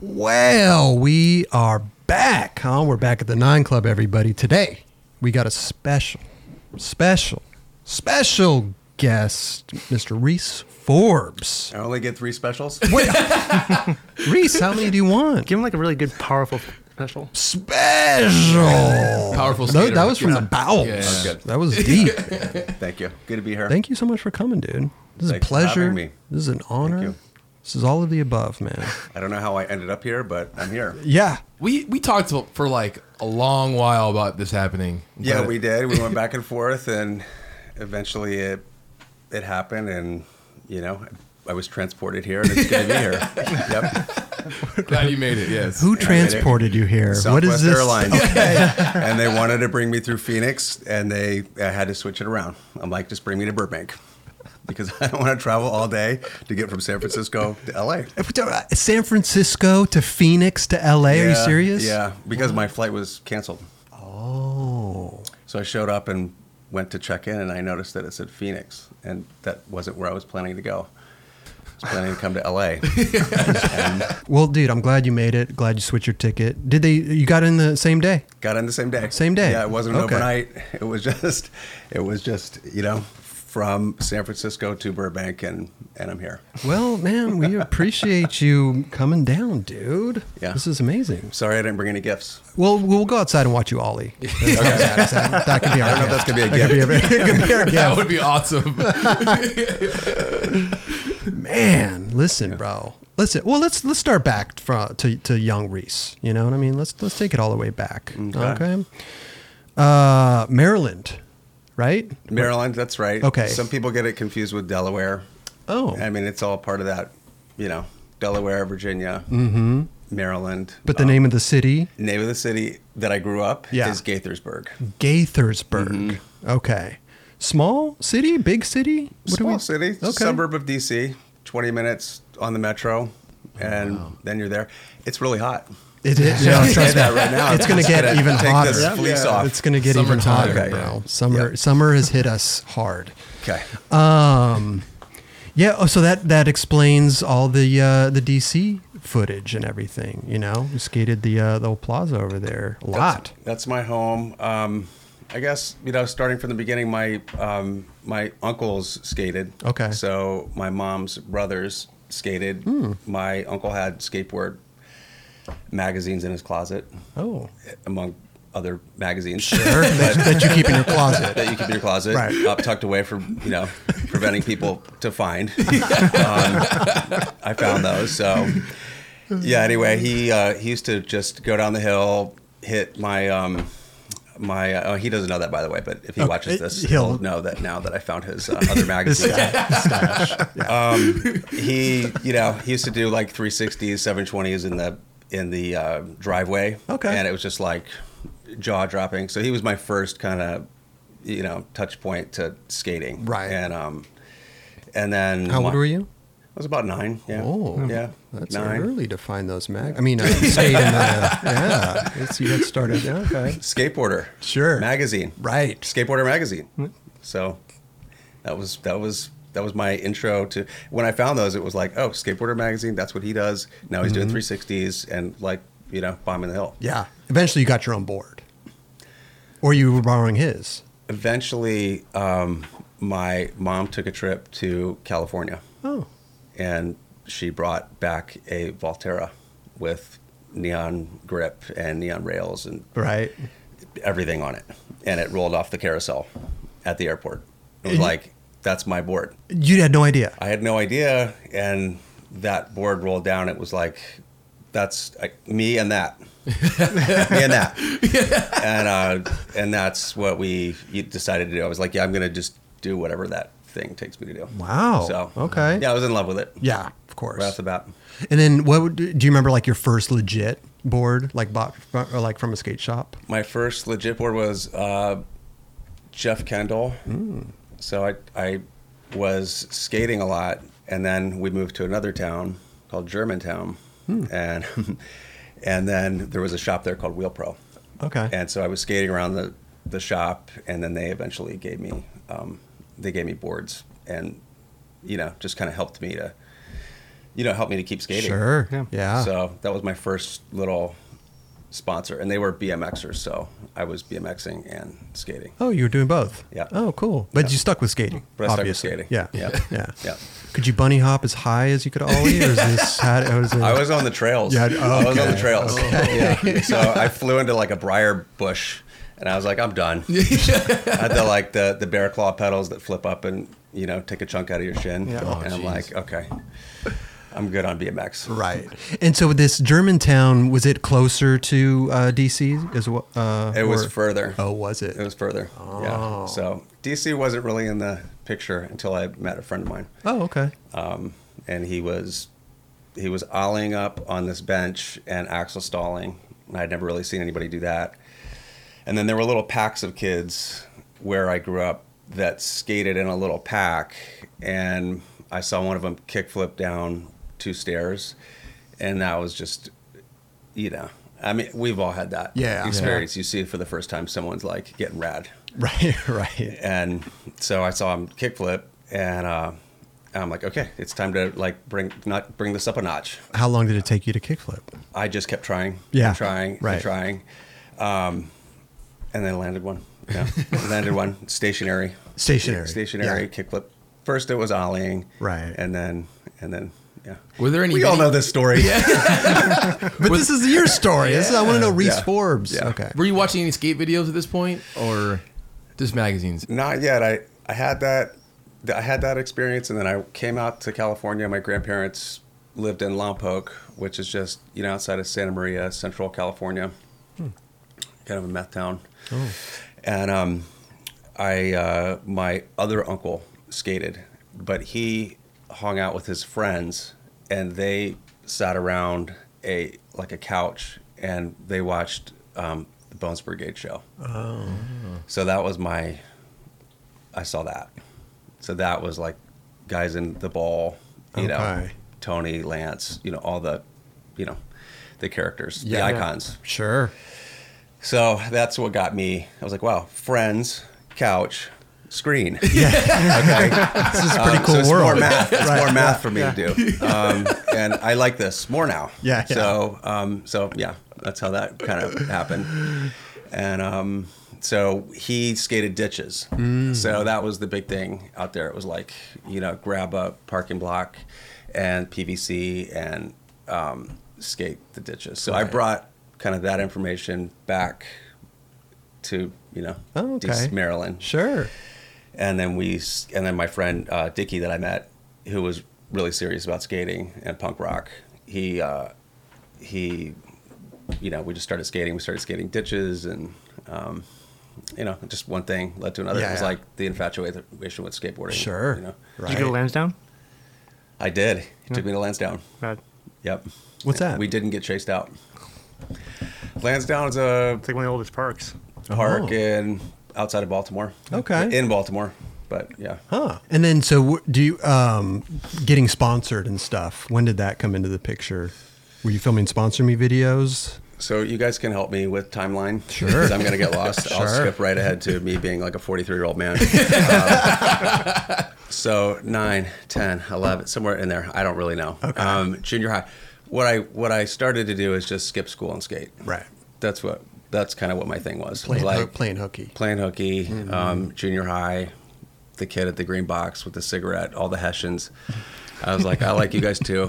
Well, we are back, huh? We're back at the Nine Club, everybody. Today, we got a special, special, special guest, Mr. Reese Forbes. I only get three specials. Reese, how many do you want? Give him like a really good, powerful special. Special. Powerful Tha- That, skater. was from the bowels. Yeah. That was good. That was deep. Thank you. Good to be here. Thank you so much for coming, dude. This is Thanks a for having pleasure. me. This is an honor. you. This is all of the above, man. I don't know how I ended up here, but I'm here. Yeah. We we talked to- for like a long while about this happening. Yeah, But we did. We went back and forth, and eventually it it happened, and you know, I was transported here, and it's good to be here. Yep. Glad you made it. Yes. Who transported you here? what is Southwest this? Airlines, and they wanted to bring me through Phoenix, and they I had to switch it around. I'm like, just bring me to Burbank. Because I don't want to travel all day to get from San Francisco to LA. San Francisco to Phoenix to LA. Are you Yeah, serious? Yeah, because my flight was canceled. Oh. Oh. So I showed up and went to check in, and I noticed that it said Phoenix, and that wasn't where I was planning to go. I was planning to come to LA. and Well, dude, I'm glad you made it. Glad you switched your ticket. Did they? You got in the same day? got in the same day. Same day. Yeah, it wasn't an Okay. overnight. It was just, it was just, you know, from San Francisco to Burbank, and and I'm here. Well, man, we appreciate you coming down, dude. Yeah. This is amazing. Sorry I didn't bring any gifts. Well, we'll go outside and watch you ollie. That could be our. I don't know if that's gonna be a That could be a very- it could be our That gift. would be awesome. Man, listen, bro. Listen. Well, let's let's start back from to, to young Reese. You know what I mean? Let's let's take it all the way back. Okay. Uh, Maryland, right? Maryland, that's right. Okay. Some people get it confused with Delaware. Oh. I mean, it's all part of that, you know, Delaware, Virginia, Mm-hmm. Maryland. But the name of the city, name of the city that I grew up Yeah. Hmm. is Gaithersburg. Gaithersburg. Okay. Small city, big city. do Small city, suburb of DC, 20 minutes on the metro, and then you're there. It's really hot. It is. Yeah, Say trust me. that right now. It's going to Just get gotta even take hotter. this fleece off. It's going to get even Summertime. hotter, Okay. bro. Summer summer has hit us hard. Okay. Yeah, oh, so that that explains all the uh, the DC footage and everything, you know. We skated the uh, the old plaza over there a lot. That's my home. Um, I guess you know, starting from the beginning, my um, my uncles skated. Okay. So my mom's brothers skated. Hmm. My uncle had skateboard magazines in his closet, Oh. among other magazines. Sure. that, that you keep in your closet. That you keep in your closet, Right. up tucked away from you know, preventing people to find. um, I found those. So, yeah. Anyway, he uh, he used to just go down the hill, hit my um, my. Uh, oh, he doesn't know that by the way, but if he watches this, he'll- he'll, know that now that I found his uh, other magazine. Um, he you know he used to do like 360s, 720s in the in the uh, driveway. Okay. and it was just like jaw dropping. So he was my first kind of you know touch point to skating. Right. and um, and then How old my- were you? I was about nine. Yeah. Oh. yeah. That's nine. early to find those mag. I mean, I stayed in the, yeah. It's, you had started. Yeah, okay. Skateboarder. Sure. Hmm. Magazine. Right. Skateboarder magazine. So that was that was that was my intro to when I found those. It was like, oh, skateboarder magazine. That's what he does. Now he's Mm-hmm. doing 360s and like you know bombing the hill. Yeah. Eventually, you got your own board, or you were borrowing his. Eventually, um, my mom took a trip to California. Oh. and she brought back a Volterra with neon grip and neon rails and Right. everything on it, and it rolled off the carousel at the airport. It Mm-hmm. was like that's my board. You had no idea. I had no idea, and that board rolled down. It was like that's I, me and that, me and that, and uh, and that's what we decided to do. I was like, yeah, I'm gonna just do whatever that thing takes me to do. Wow. So Okay. yeah, I was in love with it. Yeah, of course. right off the bat. And then what would, do you remember like your first legit board like bought or like from a skate shop? my first legit board was uh, Jeff Kendall. So I I was skating a lot, and then we moved to another town called Germantown, and and then there was a shop there called Wheel Pro, Okay. and so I was skating around the the shop, and then they eventually gave me um, they gave me boards, and you know just kind of helped me to you know, helped me to keep skating. Sure. Yeah. Yeah. So that was my first little sponsor, and they were BMXers, so I was BMXing and skating. oh, you were doing both. Yeah. Oh, cool. But you stuck with skating. But I stuck with obviously. skating. Yeah. Yeah. Yeah. Yeah. Could you bunny hop as high as you could ollie? Or is this how, how does it? I was on the trails. Yeah, I was on the okay, trails. Yeah. So I flew into like a briar bush, and I was like, I'm done. I had the like the the bear claw pedals that flip up and you know take a chunk out of your shin, Yeah. Oh, and I'm jeez. like, okay, I'm good on BMX. Right. And so this Germantown was it closer to uh, DC as well? Uh, It was or- further. Oh, was it? It was further. Yeah. So DC wasn't really in the picture until I met a friend of mine. oh, okay. um, and he was he was ollieing up on this bench and axle stalling. And I'd never really seen anybody do that. And then there were little packs of kids where I grew up that skated in a little pack, and I saw one of them kickflip down two stairs, and that was just, you know, I mean, we've all had that Yeah. Yeah. experience. You see for the first time someone's like getting rad Right. Right. and so I saw him kickflip, and uh, I'm like, okay, it's time to like bring not bring this up a notch. How long did it take you to kickflip? I just kept trying, Yeah, and trying, and right. trying, um, and then landed one. Yeah, landed one stationary, Stationary, stationary yeah. kickflip. First, it was ollieing, Right. and then and then yeah. Were there any? We all know this story. But this is your story. This is- I want to know Reese Yeah. Forbes. Yeah. Okay. Were you watching any skate videos at this point, or just magazines? Not yet. I I had that th- I had that experience, and then I came out to California. My grandparents lived in Lompoc, which is just you know outside of Santa Maria, Central California, kind of a meth town. Oh. And um, I uh, my other uncle skated, but he hung out with his friends, and they sat around a like a couch, and they watched um, the Bones Brigade show. Oh, so that was my I saw that. So that was like guys in the ball, you know, Okay. Tony, Lance, you know, all the, you know, the characters, the Yeah. icons. Sure. So that's what got me. I was like, wow, friends, couch, screen. okay. This is a pretty Um, cool so it's world. More math. It's Right. more math for me to do. Um, and I like this more now. Yeah, yeah. So, um, so yeah, that's how that kind of happened. And um, so he skated ditches. Mm. So that was the big thing out there. It was like, you know, grab a parking block and PVC and um, skate the ditches. So I brought kind of that information back to, you know, Oh, okay. DC, Maryland Sure. and then we s- and then my friend uh, Dickie that I met, who was really serious about skating and punk rock. He uh, he, you know, we just started skating. We started skating ditches and. Um, you know, just one thing led to another. Yeah, it was yeah. like the infatuation with skateboarding. Sure. You know, Right. Did you go to Lansdowne? I did. He took me to Lansdowne. Bad. Yep. What's that? We didn't get chased out. Lansdowne is a It's like one of the oldest parks. park Oh. in outside of Baltimore. Okay. In Baltimore, but yeah. Huh. And then, so wh- do you, um, getting sponsored and stuff, when did that come into the picture? Were you filming sponsor me videos? So you guys can help me with timeline. Sure. 'Cause I'm gonna get lost. I'll Sure. skip right ahead to me being like a 43 year old man. Um, so 9, 10, 11, somewhere in there. I don't really know. Okay. Um, junior high. What I what I started to do is just skip school and skate. Right. That's what. That's kind of what my thing was. Playing, like ho- playing hooky. playing hooky, um, junior high, the kid at the green box with the cigarette, all the Hessians. I was like, I like you guys too.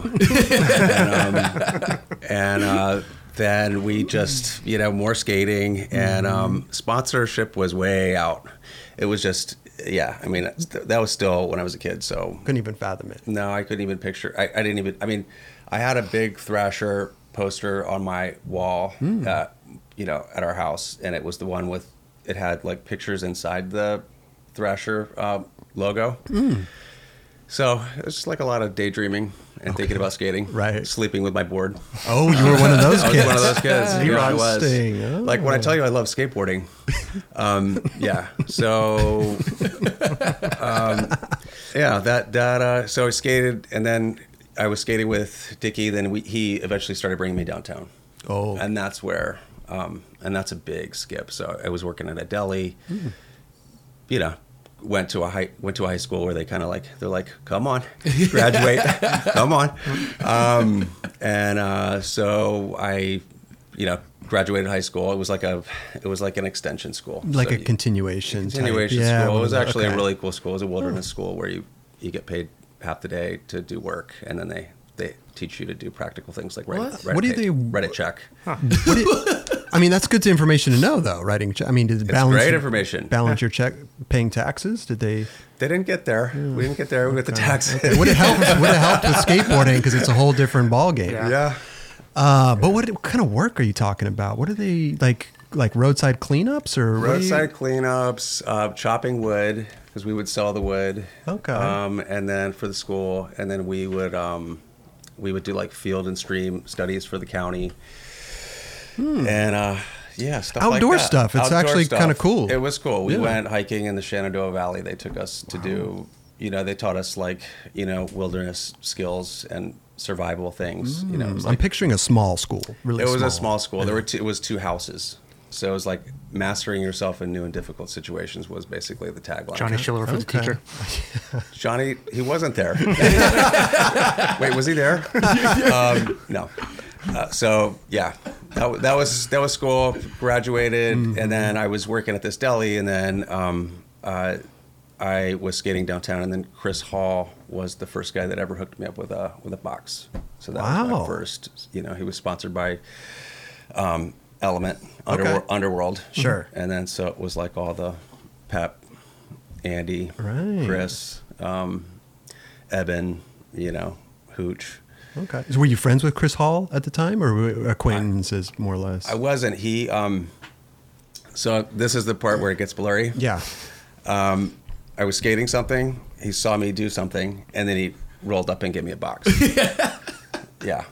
and um, and uh, then we just, you know, more skating and um, sponsorship was way out. It was just, yeah, I mean, that's- that was still when I was a kid. So Couldn't even fathom it. no, I couldn't even picture. I, I didn't even. I mean, I had a big Thrasher poster on my wall, uh, you know, at our house, and it was the one with it had like pictures inside the Thrasher um, logo. So it was just like a lot of daydreaming and thinking about skating, Right. Sleeping with my board. Oh, you were one of those I was kids. one of those kids. Ah, you know, I was. interesting. Oh. Like when I tell you I love skateboarding, um, yeah. So, um, yeah, that that. Uh, so I skated, and then I was skating with Dickie. Then we, he eventually started bringing me downtown, Oh, and that's where, Hmm. um, and that's a big skip. So I was working at a deli, you know, went to a high went to a high school where they kind of like they're like come on graduate come on um, and uh, so I you know graduated high school it was like a it was like an extension school Like So a you- continuation. type. continuation school. It was actually okay. Oh. a really cool school. It was a wilderness school where you, you get paid half the day to do work, and then they, they teach you to do practical things like write, What? write What a do page- they- write a check. What did- I mean, that's good information to know, though. Writing, che- I mean, did it balance great your- information. Balance your check, paying taxes. Did they? They didn't get there. Hmm. We didn't get there with the taxes. It would have helped. Would have helped with skateboarding because it's a whole different ball game. Yeah. yeah. Uh, but what, what kind of work are you talking about? What are they like? Like roadside cleanups or what are you- Roadside cleanups, uh, chopping wood because we would sell the wood. Okay. Um, and then for the school, and then we would um, we would do like field and stream studies for the county. And uh, yeah, stuff like Hmm. Outdoor that. stuff. It's actually kinda cool. It was cool. We Yeah. went hiking in the Shenandoah Valley. They took us to do. You know, they taught us like you know wilderness skills and survival things. You know, it was I'm picturing a small school. Really, it was a small school. There were two, it was two houses, so it was like mastering yourself in new and difficult situations was basically the tagline. Johnny Schiller for the Okay. teacher. Johnny, he wasn't there. Wait, was he there? um, no. Uh, so yeah, that, wa- that was that was school. Graduated, Mm-hmm. and then I was working at this deli, and then um, uh, I was skating downtown, and then Chris Hall was the first guy that ever hooked me up with a with a box. So that was Wow. my first. You know, he was sponsored by um, Element Underwor- Okay. Underworld. Sure. And then so it was like all the Pep, Andy, Right. Chris, um, Eben, you know, Hooch. Okay. So were you friends with Chris Hall at the time, or were acquaintances, more or less? I wasn't. He. Um, so this is the part where it gets blurry. yeah. I was skating something. He saw me do something, and then he rolled up and gave me a box. yeah,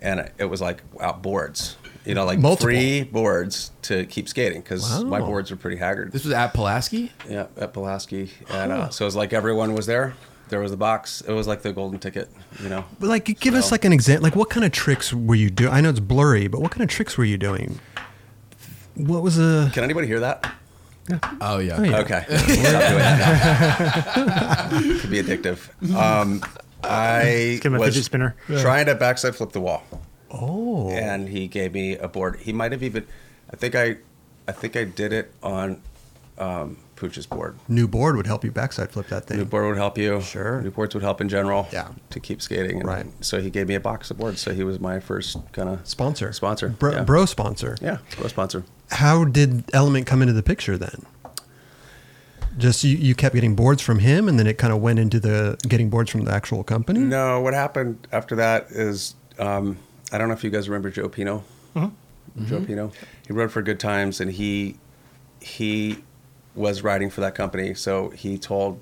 and it was like wow, boards. You know, like Multiple. three boards to keep skating because my Wow. boards were pretty haggard. This was at Pulaski. Yeah, at Pulaski, and uh, so it was like everyone was there. There was the box. It was like the golden ticket, you know. But like, give us So- like an example. Like, what kind of tricks were you doing? I know it's blurry, but what kind of tricks were you doing? What was a? Can anybody hear that? Oh yeah. Oh, yeah. Okay, stop doing that. now. Could be addictive. Um, I Give him a was fidget spinner. trying to backside flip the wall, Oh, and he gave me a board. He might have even, I think I, I think I did it on um, Pooch's board. new board would help you backside flip that thing. New board would help you. Sure. New boards would help in general. Yeah. To keep skating. And Right. So he gave me a box of boards. So he was my first kind of Sponsor, Sponsor. bro, yeah. bro sponsor. Yeah. Bro sponsor. How did Element come into the picture then? Just you, you kept getting boards from him, and then it kind of went into the getting boards from the actual company. No, what happened after that is um, I don't know if you guys remember Joe Pino. Joe Pino. He rode for Good Times, and he he was riding for that company. So he told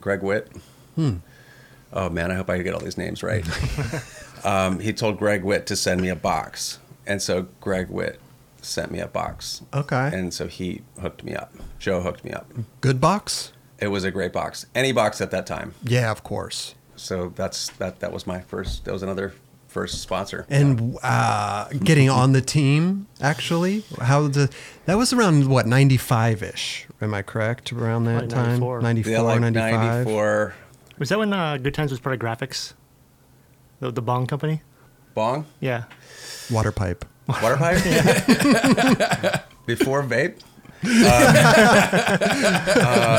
Greg Witt. Oh man, I hope I get all these names right. um, he told Greg Witt to send me a box, and so Greg Witt sent me a box. Okay. And so he hooked me up. Joe hooked me up. Good box. It was a great box. Any box at that time. Yeah, of course. So that's that. That was my first. That was another first sponsor. And uh, getting on the team, actually, how the that was around what ninety five ish? Am I correct? Around that Like time, 94. 94, yeah, like 95? '94 Was that when uh, Good Times was part of Graphics? The, the Bong Company? bong Yeah. Water pipe. water pipe before vape. Uh,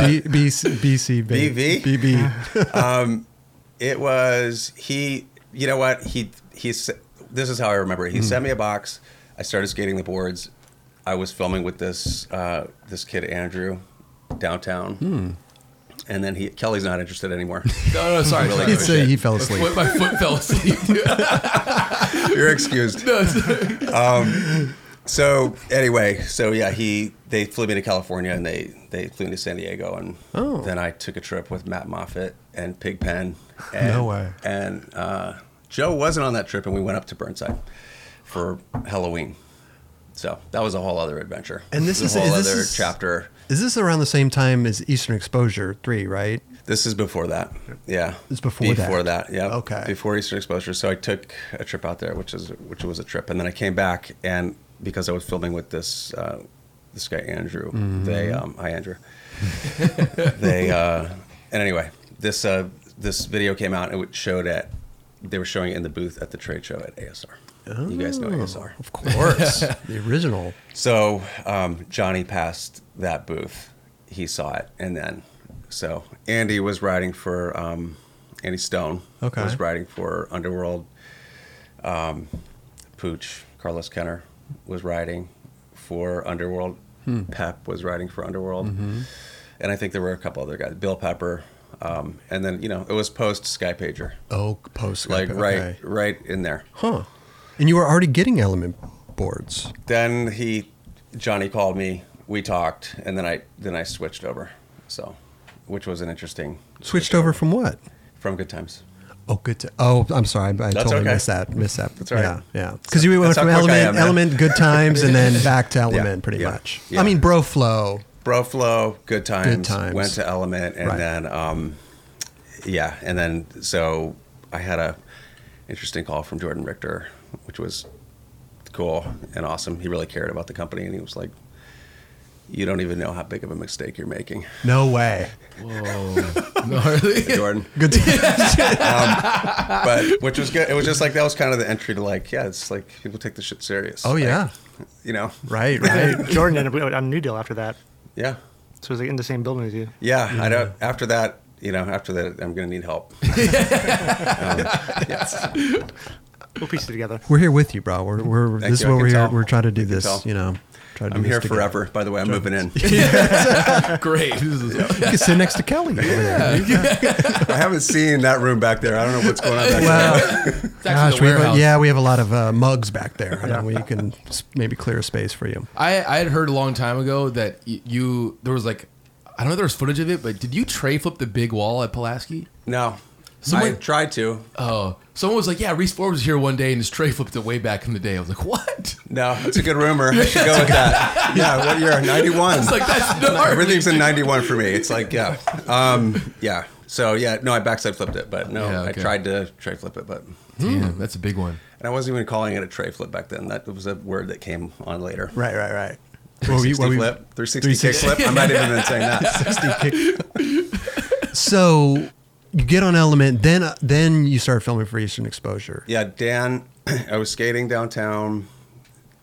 B, B, BC, BV? BB. It was he. You know what he he. s- This is how I remember. it. He sent me a box. I started skating the boards. I was filming with this uh, this kid Andrew downtown, and then he Kelly's not interested anymore. No, no, sorry. Really sorry. It's a, good. he fell My asleep. foot- my foot fell asleep. You're excused. So anyway, so yeah, he they flew me to California and they they flew me to San Diego and Oh. then I took a trip with Matt Moffat and Pigpen. And, No way. And uh, Joe wasn't on that trip, and we went up to Burnside for Halloween. So that was a whole other adventure. And this is- a whole is this other is- chapter. Is this around the same time as Eastern Exposure three? Right. This is before that. Yeah. It's before that. Before that, yeah. Okay. Before Easter exposure. So I took a trip out there, which is which was a trip. And then I came back and because I was filming with this uh, this guy Andrew. Mm-hmm. They um, hi Andrew. they uh, and anyway, this uh, this video came out and it showed at they were showing it in the booth at the trade show at ASR. you guys know ASR. Oh, Of course. the original. So um, Johnny passed that booth. He saw it, and then so Andy was riding for um, Andy Stone. Okay. was riding for Underworld. Um, Pooch Carlos Kenner was riding for Underworld. Hmm. Pep was riding for Underworld, Mm-hmm. and I think there were a couple other guys. Bill Pepper. Um, and then you know it was post Skypager, Oh, post like okay. right, right in there. Huh. And you were already getting element boards. then he johnny called me we talked and then i then i switched over so which was an interesting Switched over from what? from good times Oh, good. To, oh, I'm sorry. I totally okay. missed that. Missed that. That's all right. Yeah, yeah. Because you went That's how from quick I element, am, man. element, good times, and then back to element, pretty yeah, much. yeah. I mean, bro, flow. bro flow good times, Times. went to element and Right. then um yeah and then so i had a interesting call from jordan richter which was cool and awesome he really cared about the company and he was like you don't even know how big of a mistake you're making No way. Oh. No, really? jordan Good. but which was good. It was just like that was kind of the entry to like, yeah, it's like people take this shit serious. oh Like, yeah. you know, Right. Right. Jordan ended up on New Deal after that. yeah, So he's like in the same building as you. yeah. I don't. After that, you know, after that, I'm gonna need help. um, yes. We'll piece it together. We're here with you, bro. We're, we're Thank this is you. I what can we're here. tell. We're trying to do can this. tell. You know, try to do I'm this here together. forever. By the way, I'm moving in. Great. This is You can sit next to Kelly. over there. I haven't seen that room back there. I don't know what's going on back there. Wow. it's actually Gosh, the we have warehouse. a, yeah, we have a lot of uh, mugs back there. I know we can s- maybe clear a space for you. I, I had heard a long time ago that y- you there was like I don't know if there was footage of it, but did you tray flip the big wall at Pulaski? No, I Someone- tried to. Oh, someone was like, "Yeah, Reese Forbes was here one day and his tray flipped it way back in the day." I was like, "What?" No, it's a good rumor. I should go with that. Yeah, what year? 91. It's like that's Hmm, gnarly. Everything's in 91 for me. It's like, yeah. Um, yeah. So, yeah, no, I backside flipped it, but no, Yeah, I okay. tried to tray flip it, but. Damn, that's a big one. And I wasn't even calling it a tray flip back then. That was a word that came on later. Right, right, right. 360 flip, 360 kick flip. I'm not even been saying that. So you get on Element, then uh, then you start filming for Eastern Exposure. Yeah, Dan, I was skating downtown.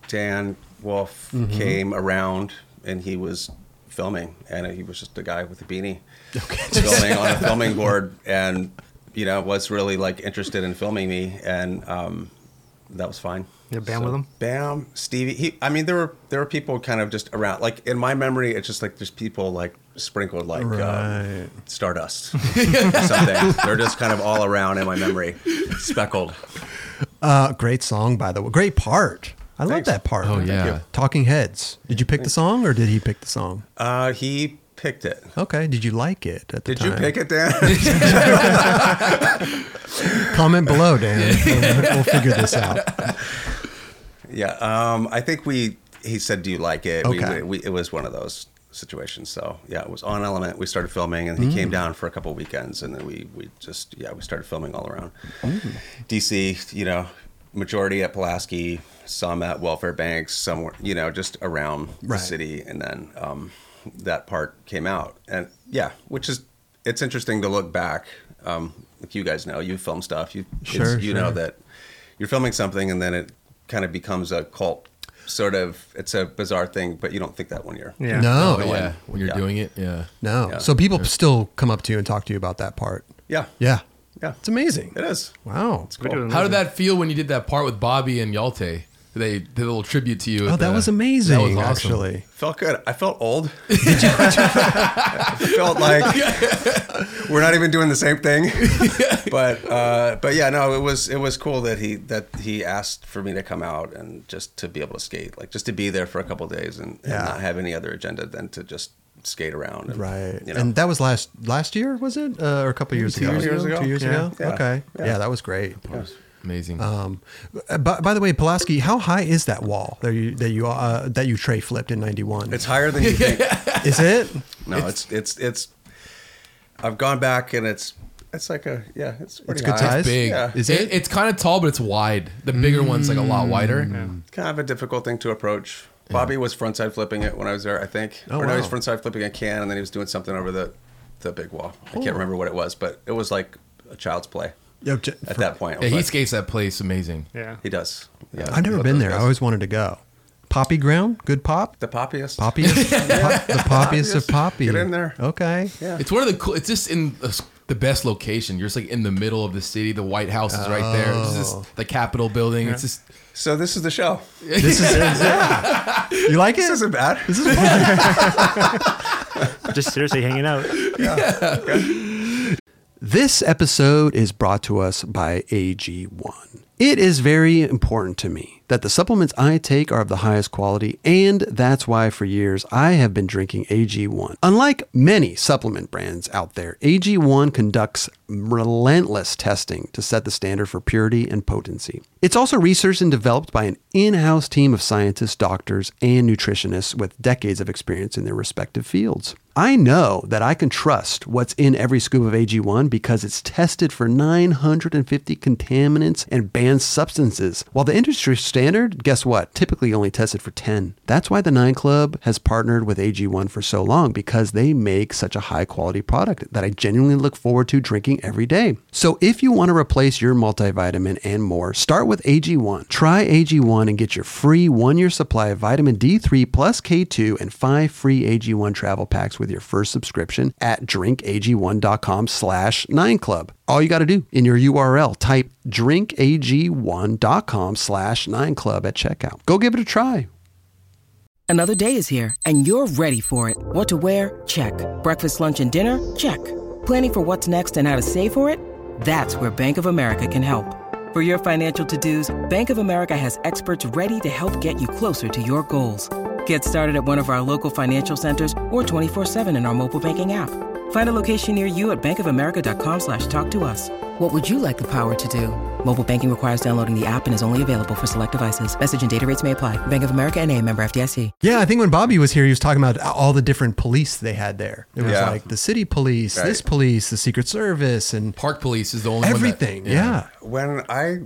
Dan Wolf came around and he was filming, and he was just a guy with a beanie filming on a filming board, and you know was really like interested in filming me, and um, that was fine. Yeah, Bam with him? Bam, Stevie. He, I mean, there were there were people kind of just around. Like in my memory, it's just like there's people like sprinkled like Right. um, stardust or something. They're just kind of all around in my memory, speckled. Uh, great song, by the way. Great part. I love Thanks. that part. Oh, Thank yeah. you. Talking Heads. Did you pick the song or did he pick the song? Uh, he picked it. Okay. Did you like it at the Did time? you pick it, Dan? Comment below, Dan. we'll, we'll figure this out. yeah. Um, I think we. He said, "Do you like it?" We- Okay. We, we, it was one of those situations. So yeah, it was on Element. We started filming, and he came Mm. down for a couple weekends, and then we we just yeah we started filming all around Mm. DC. You know, majority at Pulaski, some at Welfare Banks, somewhere you know just around Right. the city, and then um, that part came out, and yeah, which is it's interesting to look back. Um, like you guys know, you film stuff. You Sure, it's- you know sure. that you're filming something and then it kind of becomes a cult sort of it's a bizarre thing but you don't think that one year Yeah. No. Oh yeah, when you're Yeah. Mm-hmm. doing it, yeah. No. Yeah. So people still come up to you and talk to you about that part. yeah Yeah. yeah It's amazing. it is Wow. it's cool How did that feel when you did that part with Bobby and Yalte? They did a little tribute to you. at Oh, that the- was amazing. That was awesome. Actually, felt good i felt old i felt like we're not even doing the same thing but uh but yeah no it was it was cool that he that he asked for me to come out and just to be able to skate like just to be there for a couple days and, and Yeah. not have any other agenda than to just skate around and, right. you know. And that was last last year, was it, uh, or a couple years Two ago? years ago. Two years Yeah. ago. Yeah. Okay. Yeah. Yeah. that was great. amazing. Uh, Um, by, by the way, Pulaski, how high is that wall that you that you uh, that you tray flipped in '91? it's higher than you think Is it? No, it's it's it's. I've gone back and it's it's like a yeah, it's pretty good high. size? Big. Yeah. Mm. Is it? It's kind of tall, but it's wide. The bigger one's like a lot wider. Kind of a difficult thing to approach. Bobby was frontside flipping it when I was there, I think. Oh, or no, he was wow. frontside flipping a can, and then he was doing something over the, the big wall. I can't remember what it was, but it was like a child's play Yeah, j- at for- that point. Yeah, he But skates that place amazing. Yeah. he does. Yeah, I've never Love been those there. guys. I always wanted to go. Poppy ground, good pop. the poppiest. Poppiest, pop, the poppiest of poppy. Get in there. Okay. Yeah. It's one of the cool. It's just in the, the best location. You're just like in the middle of the city. The White House is right there. It's Oh. just the Capitol building. It's just So this is the show. This is yeah. You like This it? isn't bad. This is fun. Just seriously hanging out. This episode is brought to us by AG1. It is very important to me that the supplements I take are of the highest quality, and that's why for years I have been drinking AG1. Unlike many supplement brands out there, AG1 conducts relentless testing to set the standard for purity and potency. It's also researched and developed by an in house team of scientists, doctors, and nutritionists with decades of experience in their respective fields. I know that I can trust what's in every scoop of AG1 because it's tested for 950 contaminants and banned substances. While the industry standard, guess what, typically only tested for 10. That's why the 9 Club has partnered with AG1 for so long because they make such a high quality product that I genuinely look forward to drinking every day. So if you want to replace your multivitamin and more, start with AG1. Try AG1 and get your free one year supply of vitamin D3 plus K2 and five free AG1 travel packs with your first subscription at drinkag1.com slash 9club. All you got to do in your URL, type drinkag1.com slash 9club at checkout. Go give it a try. Another day is here, and you're ready for it. What to wear? Check. Breakfast, lunch, and dinner? Check. Planning for what's next and how to save for it? That's where Bank of America can help. For your financial to-dos, Bank of America has experts ready to help get you closer to your goals. Get started at one of our local financial centers or 24-7 in our mobile banking app. Find a location near you at bankofamerica.com slash talk to us. What would you like the power to do? Mobile banking requires downloading the app and is only available for select devices. Message and data rates may apply. Bank of America and a member FDIC. Yeah, I think when Bobby was here, he was talking about all the different police they had there. It was Yeah. like the city police, Right. this police, the Secret Service, and Park Police is the only everything. One that, yeah. when I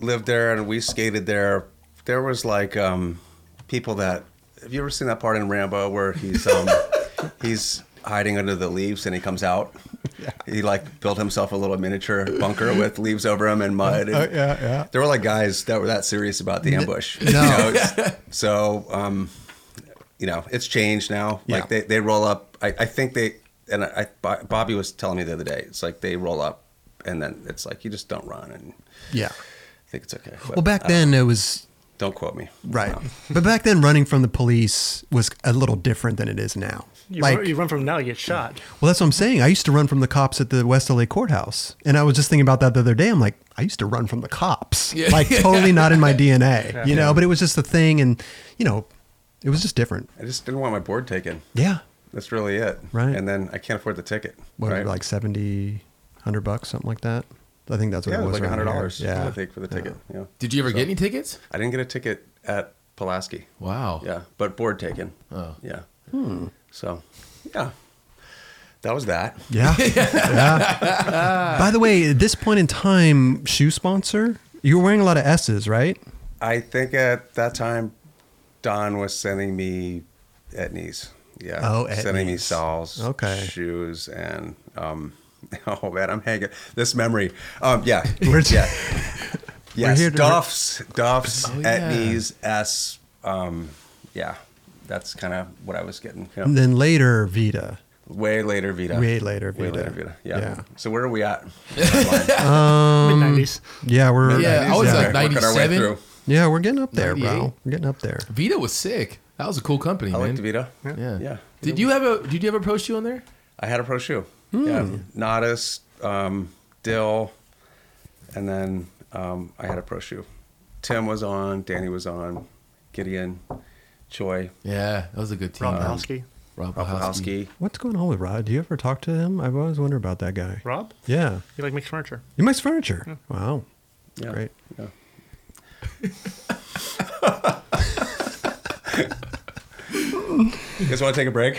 lived there and we skated there, there was like um, people that. Have you ever seen that part in Rambo where he's um, he's hiding under the leaves and he comes out? He like built himself a little miniature bunker with leaves over him and mud. And Oh, yeah, yeah. There were like guys that were that serious about the ambush. No. so um, you know, it's changed now. Yeah. Like they, they roll up. I, I think they and I Bo- Bobby was telling me the other day. It's like they roll up and then it's like you just don't run and Yeah. I think it's okay. but Well, back I don't- then it was don't quote me. right, but back then running from the police was a little different than it is now. You, like, run, you run from now, you get shot. well, that's what I'm saying. I used to run from the cops at the West LA courthouse, and I was just thinking about that the other day. I'm like, I used to run from the cops, Yeah. like totally not in my DNA, you know. But it was just a thing, and you know, it was just different. I just didn't want my board taken. Yeah, That's really it. Right. And then I can't afford the ticket. what right? like 70, 100 bucks, something like that. I think that's what yeah, it it was. was like around hundred here. dollars. Yeah, I think for the ticket. Yeah. Did you ever get any tickets? I didn't get a ticket at Pulaski. Wow. Yeah, but board taken. Oh. Yeah. Hmm. So, yeah, that was that. Yeah. Yeah. By the way, at this point in time, shoe sponsor, you were wearing a lot of S's, right? I think at that time, Don was sending me etnies. Yeah. Oh, sending me Etnies. socks, Okay. shoes, and um. Oh man, I'm hanging this memory. Um, yeah, We're- yeah, yes. here to- Oh, Duffs, Duffs, yeah. etnies, S. Um, yeah, that's kind of what I was getting. yeah. And then later, Vita. Way later, Vita. Way later, Vita. Way later, Vita. Yeah. Yeah. So where are we at? Mid nineties. Yeah, we're Yeah, I was yeah. like- 97? Yeah, we're getting up there, bro. 98. We're getting up there. Vita was sick. That was a cool company, I man. liked Vita. Yeah. Yeah. Did you have a? Did you ever approach you on there? I had a pro shoe. Yeah. Nodis, um, Dill, and then um, I had a pro shoe. Tim was on. Danny was on. Gideon, Choi, Yeah, that was a good team. Rob man. Malski. Rob Palowski. Popowski. What's going on with Rod? Do you ever talk to him? I've always wondered about that guy. Rob? Yeah. You like mixed furniture. He makes furniture. Wow. Yeah. Great. Yeah. you guys want to take a break?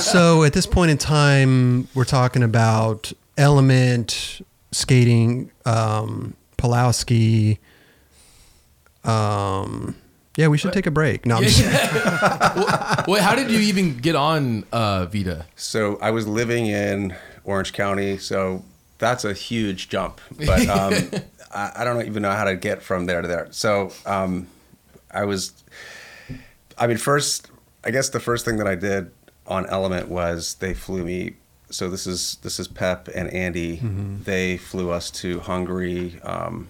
So at this point in time, we're talking about Element, skating, um, Pulowski, um, Yeah, we should take a break. No, I'm just- Yeah. Wait, how did you even get on uh, Vita? So I was living in Orange County, so that's a huge jump. But um, I, I don't even know how to get from there to there. So um, I was, I mean, first, I guess the first thing that I did on Element was they flew me. So this is this is Pep and Andy. They flew us to Hungary, um,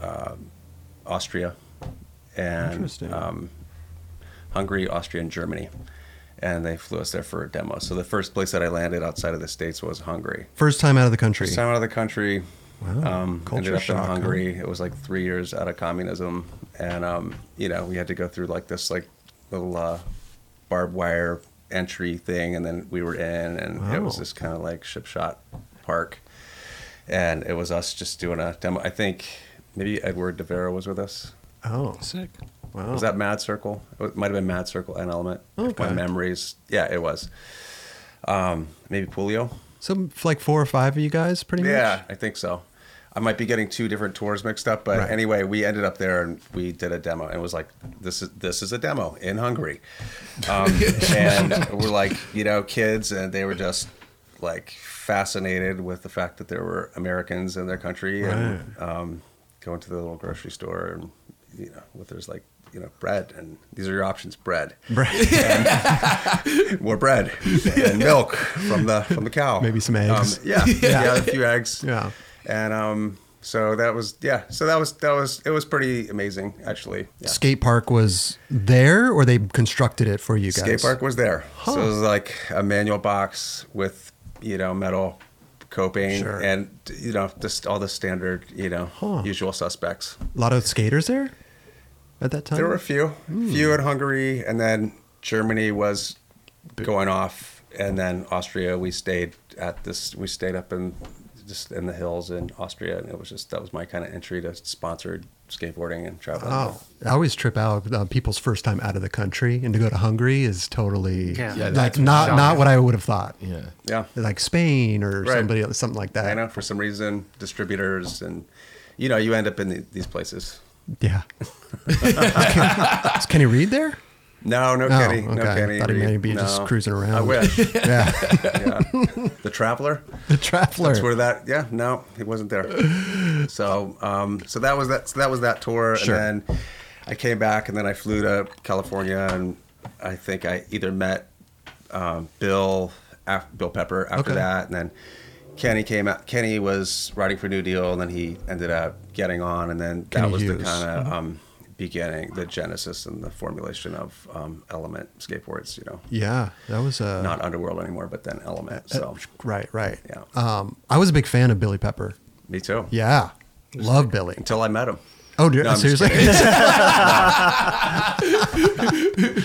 uh, Austria, and Interesting. Um, Hungary, Austria, and Germany. And they flew us there for a demo. So the first place that I landed outside of the States was Hungary. First time out of the country. First time out of the country. Wow. Um, Culture ended up shock, in huh? Hungary. It was like three years out of communism. And, um, you know, we had to go through like this like little uh, barbed wire entry thing. And then we were in, and it was Wow. this kind of like shipshot park. And it was us just doing a demo. I think maybe Edward De Vera was with us. Oh, Sick. wow. Was that Mad Circle? It might have been Mad Circle and Element. If my Okay. memories. Yeah, it was. Um, maybe Pulio. Some like four or five of you guys, pretty Yeah, I think so. I might be getting two different tours mixed up, but Right. anyway, we ended up there and we did a demo. And it was like, this is this is a demo in Hungary, um, and we're like, you know, kids, and they were just like fascinated with the fact that there were Americans in their country and um, going to the little grocery store and you know, what there's like, you know, bread and these are your options: bread, much. Yeah. more bread, and milk from the from the cow, Maybe some eggs. Um, yeah, yeah, a few eggs, yeah. and um so that was yeah so that was that was it was pretty amazing actually yeah. Skate park was there, or they constructed it for you guys. skate park was there so it was like a manual box with you know metal coping Sure. and you know just all the standard you know Huh. usual suspects A lot of skaters there at that time. there were a few hmm. few in hungary and then germany was going off and then austria we stayed at this we stayed up in just in the hills in austria and it was just that was my kind of entry to sponsored skateboarding and traveling Oh, I always trip out on people's first time out of the country, and to go to Hungary is totally Yeah. Yeah, like that's not bizarre. not what I would have thought. Yeah. yeah Like Spain or Right. somebody something like that. I know for some reason distributors and you know you end up in the, these places. Yeah. is Kenny Reed there? No, no, No, Kenny, no Oh, okay. Kenny. Thought he Reed, may be just no. cruising around. I wish. Yeah, yeah. The Traveler. the Traveler. That's where that. Yeah, no, he wasn't there. So, um, so that was that. So that was that tour, Sure. and then I came back, and then I flew to California, and I think I either met um, Bill af- Bill Pepper after Okay. that, and then Kenny came out. Kenny was writing for New Deal, and then he ended up getting on, and then that Kenny was the Hughes. Mm-hmm. kind of um, beginning, the genesis and the formulation of um, Element skateboards. You know, yeah, Uh, that was uh, not Underworld anymore, but then Element. So, right, right. Yeah. Um, I was a big fan of Billy Pepper. me too. Yeah, love Billy. Until I met him. Oh, dude, No, I'm just seriously?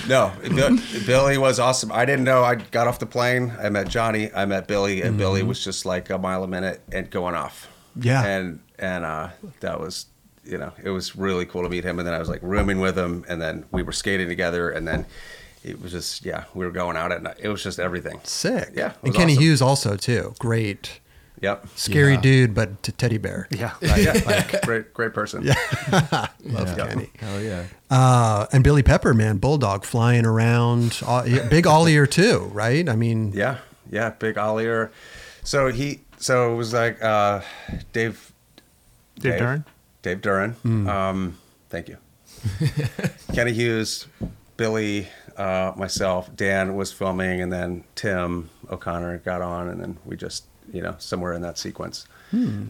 No, Bill, Billy was awesome. I didn't know. I got off the plane. I met Johnny. I met Billy, Mm-hmm. and Billy was just like a mile a minute and going off. Yeah. and and uh, that was you know it was really cool to meet him. And then I was like rooming with him, and then we were skating together, and then it was just yeah we were going out at night. It was just everything. Sick. Yeah, it and was Kenny awesome. Hughes also too. Great, Yep. scary Yeah. dude, but t- teddy bear. Yeah. yeah, great great person. Yeah. Love Kenny. Hell yeah. Uh, and Billy Pepper, man, bulldog flying around, all, yeah, big ollier too, right? I mean, Yeah, yeah, Big Ollier. So he, so it was like uh, Dave, Dave Duran? Dave Duran. Um, thank you. Kenny Hughes, Billy, uh, myself, Dan was filming, and then Tim O'Connor got on, and then we just, you know, somewhere in that sequence.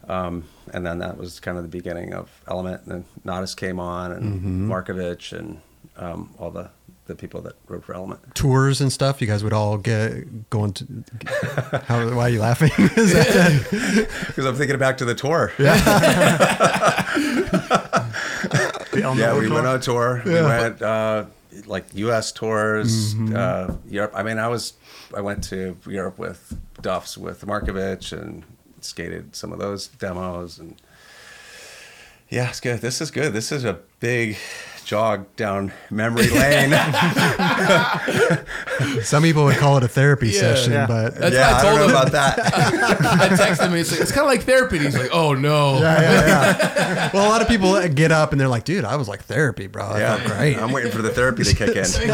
Um, and then that was kind of the beginning of Element, and then Nodis came on, and Markovich, and um, all the the people that wrote for Element. tours and stuff. You guys would all get going to. How, why are you laughing? Is that- Because I'm thinking back to the tour. The Elmo yeah, we Tour? went on tour. We went uh, like U.S. tours, Mm-hmm. uh, Europe. I mean, I was I went to Europe with Duffs with Markovich and skated some of those demos and yeah, it's good. This is good. This is a big jog down memory lane. Some people would call it a therapy Yeah. session, Yeah. but That's yeah, what I I told don't know him. about that. I texted him. And it's, like, it's kind of like therapy. And he's like, oh no. Yeah, yeah, yeah. well, a lot of people get up and they're like, "Dude, I was like therapy, bro. I felt great." I'm waiting for the therapy to kick in. so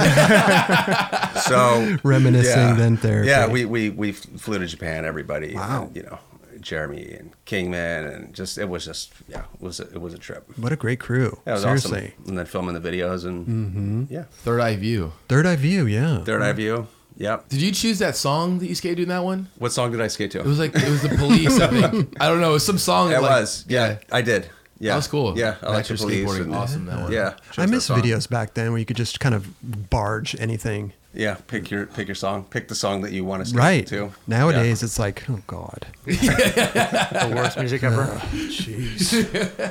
Reminiscing, then therapy. Yeah, we we we flew to Japan. Everybody, Wow. and, you know, Jeremy and Kingman, and just it was just yeah, it was a, it was a trip. what a great crew. That was Seriously, Mm-hmm. awesome. And then filming the videos and yeah, Third Eye View. Third Eye View, yeah. Third Eye View. Yep. Did you choose that song that you skated in that one? What song did I skate to? It was like it was the police. I think I don't know. It was some song. It that, like- was. Yeah, I did. Yeah, That was cool. Yeah, I like the Bachelor police. skateboarding, and- awesome, that one. Yeah, I chose miss that song. videos back then where you could just kind of barge anything. Yeah, pick your pick your song. Pick the song that you want to skate Right. to. Yeah. Nowadays, it's like, oh god. The worst music ever. Jeez.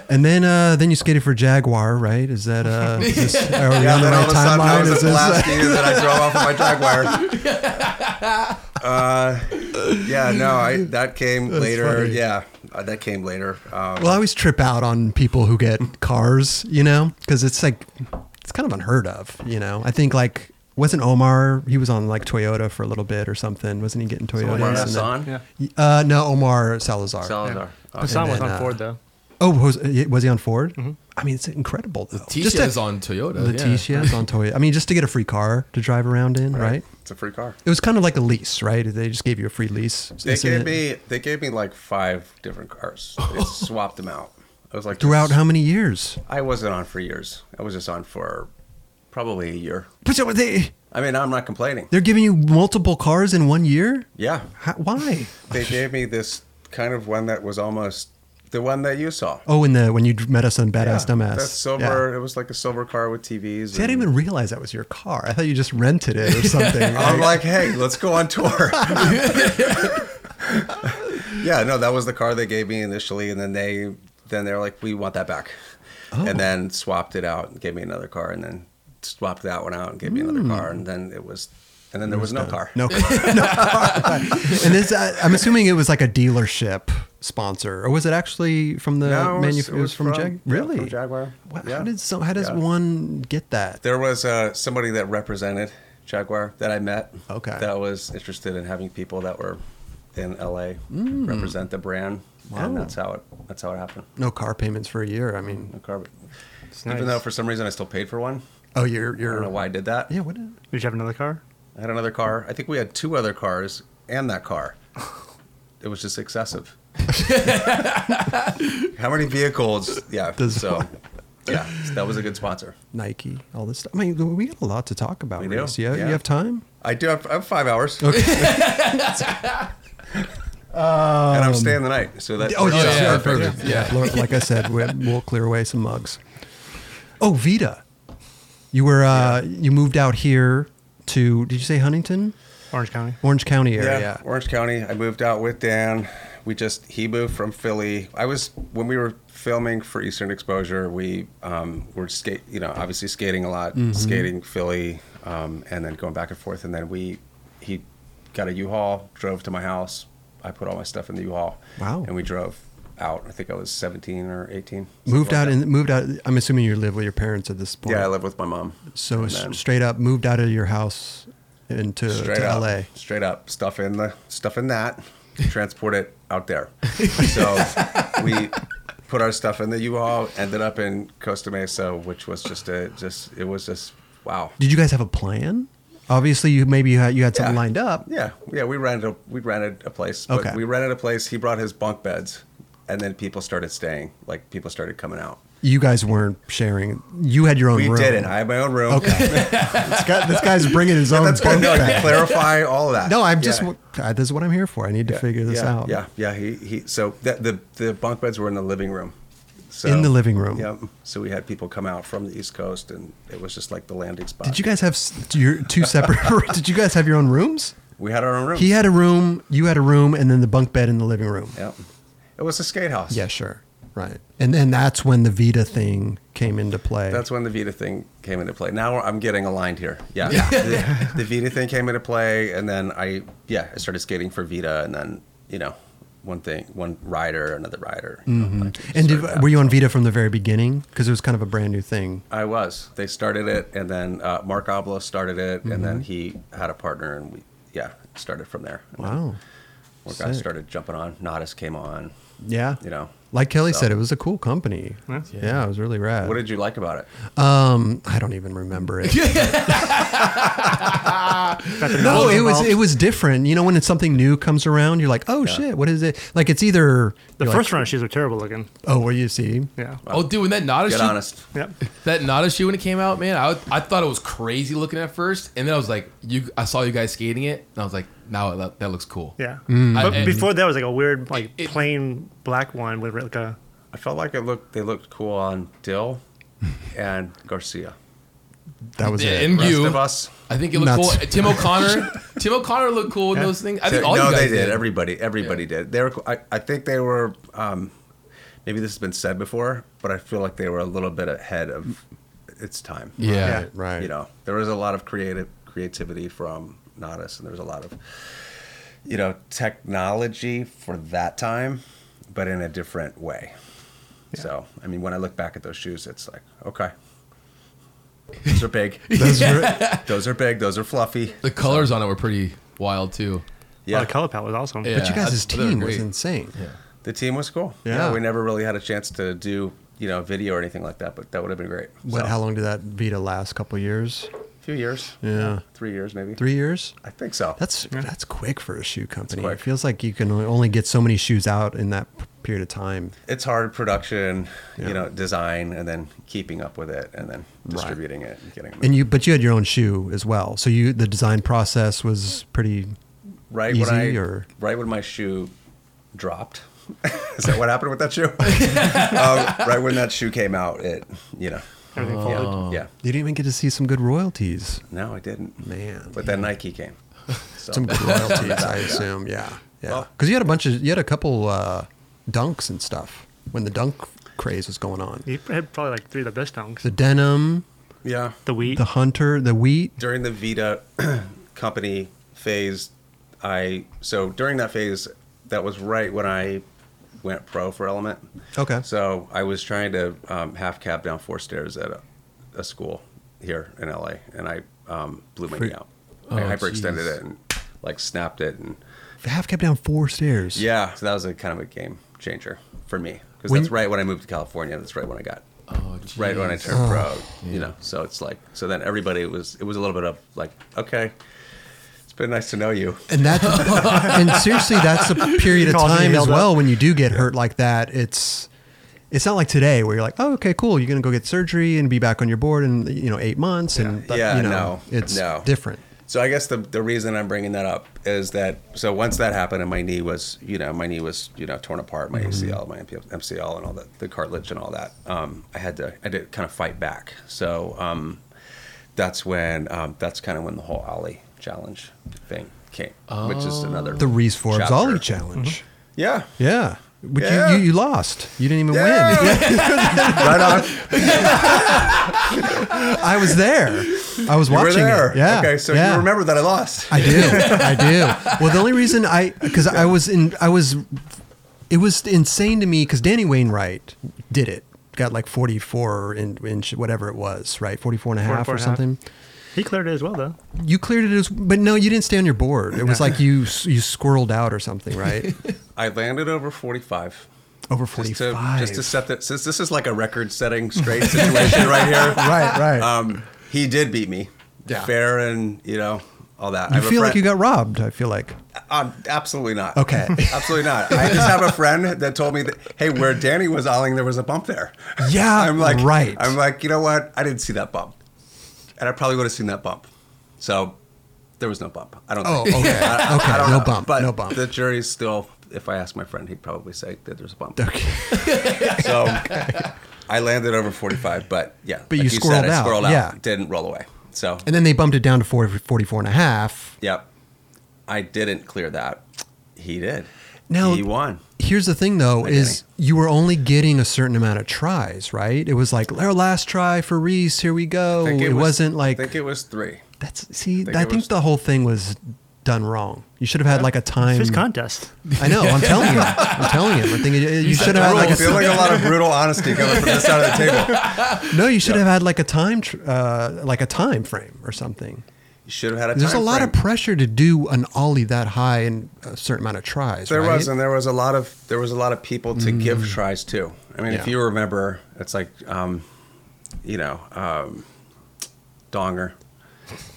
and then, uh, then you skated for Jaguar, right? Is that uh, is this, are we Yeah, on the then all right of a sudden I timeline? was Is at the this, last game that I drove off of my Jaguar. Uh, yeah, no, I, that came later. funny. Yeah, uh, that came later. Um, well, I always trip out on people who get cars, you know, because it's like it's kind of unheard of, you know. I think like wasn't Omar? He was on like Toyota for a little bit or something. Wasn't he getting Toyota? Omar yeah. Hassan? Yeah. Uh, no, Omar Salazar. Salazar. Hassan was then, on uh, Ford though. Oh, was, was he on Ford? Mm-hmm. I mean, it's incredible though. Tisha Just to- is on Toyota. uh, yeah. Leticia is on Toyota. I mean, just to get a free car to drive around in, right? It's a free car. It was kind of like a lease, right? They just gave you a free lease. They Isn't gave it? me they gave me like five different cars. They swapped them out. I was like throughout this- how many years? I wasn't on for years. I was just on for probably a year. But so they I mean, I'm not complaining. they're giving you multiple cars in one year. Yeah, How, why? they gave me this kind of one that was almost the one that you saw. Oh, in the when you met us on Badass Yeah, Dumbass, That silver. Yeah. It was like a silver car with TVs. See, I didn't even realize that was your car. I thought you just rented it or something. I'm like, hey, let's go on tour. yeah, no, that was the car they gave me initially, and then they then they're like, we want that back, Oh. and then swapped it out and gave me another car, and then swapped that one out and gave me another car, Hmm. and then it was, and then there was no car. no, car. no car. And this, I, I'm assuming it was like a dealership sponsor, or was it actually from the No, it was- manuf- it was from, from- Jag- yeah, really from Jaguar. What, How Yeah. did so? How does Yeah. one get that? There was uh, somebody that represented Jaguar that I met. Okay. That was interested in having people that were in LA Mm. represent the brand, and that's how it that's how it happened. No car payments for a year. I mean, No car. nice. Even though for some reason I still paid for one. oh, you're I don't you're know why I did that. yeah. What? Did you have another car? I had another car. I think we had two other cars and that car. It was just excessive. How many vehicles? Yeah. Does- so, yeah, that was a good sponsor. Nike, all this stuff. I mean, we got a lot to talk about. We do, Reese. Yeah, yeah. you have time. I do have, I have five hours. and I'm staying the night. So that. Um, Oh, yeah, yeah, yeah, perfect. perfect. Yeah. Yeah, Laura, like I said, we, we'll clear away some mugs. Oh, Vita, you were uh, you moved out here to? Did you say Huntington, Orange County. Orange County Yeah, area? Orange County. I moved out with Dan. We just he moved from Philly. I was when we were filming for Eastern Exposure. We um, were skate, you know, obviously skating a lot, Mm-hmm. skating Philly, um, and then going back and forth. And then we he got a U-Haul, drove to my house. I put all my stuff in the U-Haul. Wow. And we drove out. I think I was 17 or 18. something Moved like out that. and moved out. I'm assuming you live with your parents at this point. yeah, I live with my mom. So And s- then- straight up, moved out of your house into straight to up, LA. Straight up, stuff in the stuff in that, transport it out there. So we put our stuff in the U-Haul. Ended up in Costa Mesa, which was just a just it was just wow. Did you guys have a plan? Obviously, you maybe you had you had something Yeah. lined up. Yeah, yeah, we rented a we rented a place. But Okay. we rented a place. He brought his bunk beds, and then people started staying. Like people started coming out. You guys weren't sharing. You had your own We room. didn't. I had my own room. Okay. this, guy, this guy's bringing his own. That's good. bunk No, bed. to clarify all that. No, I'm just. Yeah. I- This is what I'm here for. I need to figure this yeah, out. Yeah, yeah. He, he so that, the the bunk beds were in the living room. So, In the living room. Yep. So we had people come out from the East Coast, and it was just like the landing spot. Did you guys have s- your two separate? did you guys have your own rooms? We had our own room. He had a room. You had a room, and then the bunk bed in the living room. Yep. It was a skate house. Yeah, sure. Right. And then that's when the Vita thing came into play. That's when the Vita thing came into play. Now I'm getting aligned here. Yeah. The, the Vita thing came into play, and then I yeah I started skating for Vita, and then you know one thing, one rider, another rider. Mm-hmm. And did, were you on Vita from the very beginning? Because it was kind of a brand new thing. I was. They started it, and then uh, Mark Oblo started it, and Mm-hmm. then he had a partner, and we, yeah, started from there. And then Wow. More guys sick. started jumping on. Nadas came on. Yeah. You know. Like Kelly So- said, it was a cool company. Yeah, it was really rad. What did you like about it? um, I don't even remember it. no, it was it was different. You know, when it's something new comes around, you're like, oh shit, what is it? Like it's either The you're first like, run shoes were terrible looking. Oh, well, you see, Yeah. Oh, dude, when that Nada Get shoe, honest. Yep. that Nada shoe when it came out, man, I, would- I thought it was crazy looking at first, and then I was like, you, I saw you guys skating it, and I was like, now that, that looks cool. Yeah. I- But and- before that was like a weird, like It- plain black one with like a. I felt like it looked. They looked cool on Dill and Garcia. that was it. and Rest you, of us. I think it looked Nuts. cool. Tim O'Connor, Tim O'Connor looked cool in those things. I think all no, you guys they did. Everybody, everybody did. They were. I, I think they were. Um, maybe this has been said before, but I feel like they were a little bit ahead of its time. Yeah. Right, right. You know, there was a lot of creative creativity from Nadas, and there was a lot of, you know, technology for that time, but in a different way. So, I mean, when I look back at those shoes, it's like, okay, those are big. Those were- those are big. Those are fluffy. The colors on it were pretty wild too. Yeah. the color palette was awesome. Yeah. but you guys' I- they were team was great. insane. The team was cool. Yeah. we never really had a chance to do you know video or anything like that, but that would have been great. What? So, How long did that Vita last? Couple years? A few years. Yeah. Three years maybe. Three years? I think so. That's that's quick for a shoe company. It quick. feels like you can only get so many shoes out in that p- period of time. it's hard production, Yeah. you know, design, and then keeping up with it, and then distributing it and getting them. And you, but you had your own shoe as well. So you, the design process was pretty. right easy when I or- right when my shoe dropped. Is that what happened with that shoe? um, right when that shoe came out, it you know, Everything yeah, Oh. folded. yeah. You didn't even get to see some good royalties, No, I didn't. man. But then Nike came. So. some good royalties, I assume. Yeah, yeah. Well- Because you had a bunch of, you had a couple uh, dunks and stuff when the dunk craze was going on. He had probably like three of the best dunks. The denim, yeah. The wheat. the hunter, the wheat. during the Vita company phase, I so during that phase, that was right when I went pro for Element. Okay. So I was trying to um, half cab down four stairs at a, a school here in LA, and I um, blew my knee out. I Oh, hyperextended jeez. it and like snapped it, and half kept down four stairs. yeah, so that was a kind of a game changer for me because When- that's right when I moved to California. That's right when I got Oh, right when I jeez. Oh, turned pro. You know, so it's like so then everybody was it was a little bit of like okay, it's been nice to know you. And that, and seriously, that's a period of Calls you time as yelled at. well when you do get hurt like that. It's it's not like today where you're like, oh, okay, cool, you're gonna go get surgery and be back on your board in you know eight months, and that- Yeah, you know, no, it's no. different. So I guess the the reason I'm bringing that up is that so once that happened and my knee was you know my knee was you know torn apart Mm-hmm. my ACL my MP MCL and all that the cartilage and all that um, I had to I did kind of fight back so um, that's when um, that's kind of when the whole Ollie challenge thing came which is another Oh. The Reese Forbes chapter. Mm-hmm. Ollie challenge, yeah yeah. But Yeah. You, you you lost. You didn't even win. right on I was there. I was you were watching there it. Yeah. okay so yeah. you remember that I lost I do. I do. Well, the only reason I because I was in I was it was insane to me because Danny Wainwright did it. Got like 44 in, inch, whatever it was, right? 44 and a half 44 or and a half. something. He cleared it as well though. You cleared it as, but no, you didn't stay on your board. It was like you s- you squirreled out or something, right? I landed over 45. Over Just to, 45. just to set that, since this is like a record setting straight situation right here. right, right. Um, he did beat me. Yeah. Fair and, you know, all that. I you have a feel like you friend- got robbed. I feel like. Um, absolutely not. Okay. absolutely not. I just have a friend that told me that, hey, where Danny was oling, there was a bump there. Yeah, I'm like, right. I'm like, you know what? I didn't see that bump. And I probably would have seen that bump. So there was no bump. I don't Oh, think. okay. I, I Okay, don't no know. bump, But no bump. The jury's still, if I ask my friend, he'd probably say that there's a bump. Okay. So I landed over 45, but yeah. But you squirreled I out, squirreled out. yeah. Didn't roll away. So, And then they bumped it down to 40, 44 and a half. yep. I didn't clear that. He did. Now- he won. Here's the thing, though, Like is you were only getting a certain amount of tries, right? It was like our last try for Reese. Here we go. I think oh, it, was- wasn't like I think it was three. that's. See, I think think, it was- the whole thing was done wrong. You should have had like a time. Fist contest. I know. I'm telling you. I'm telling you. I'm thinking you, you should have had I like feel a like a lot of brutal honesty coming from this side of the table. no. You should have had like a time tr- uh, like a time frame or something. You should have had a. There's a time lot frame. of pressure to do an ollie that high in a certain amount of tries. There right? Mm-hmm. was, and there was a lot of there was a lot of people to give tries to. I mean, if Yeah. you remember, it's like, um, you know, um, Donger.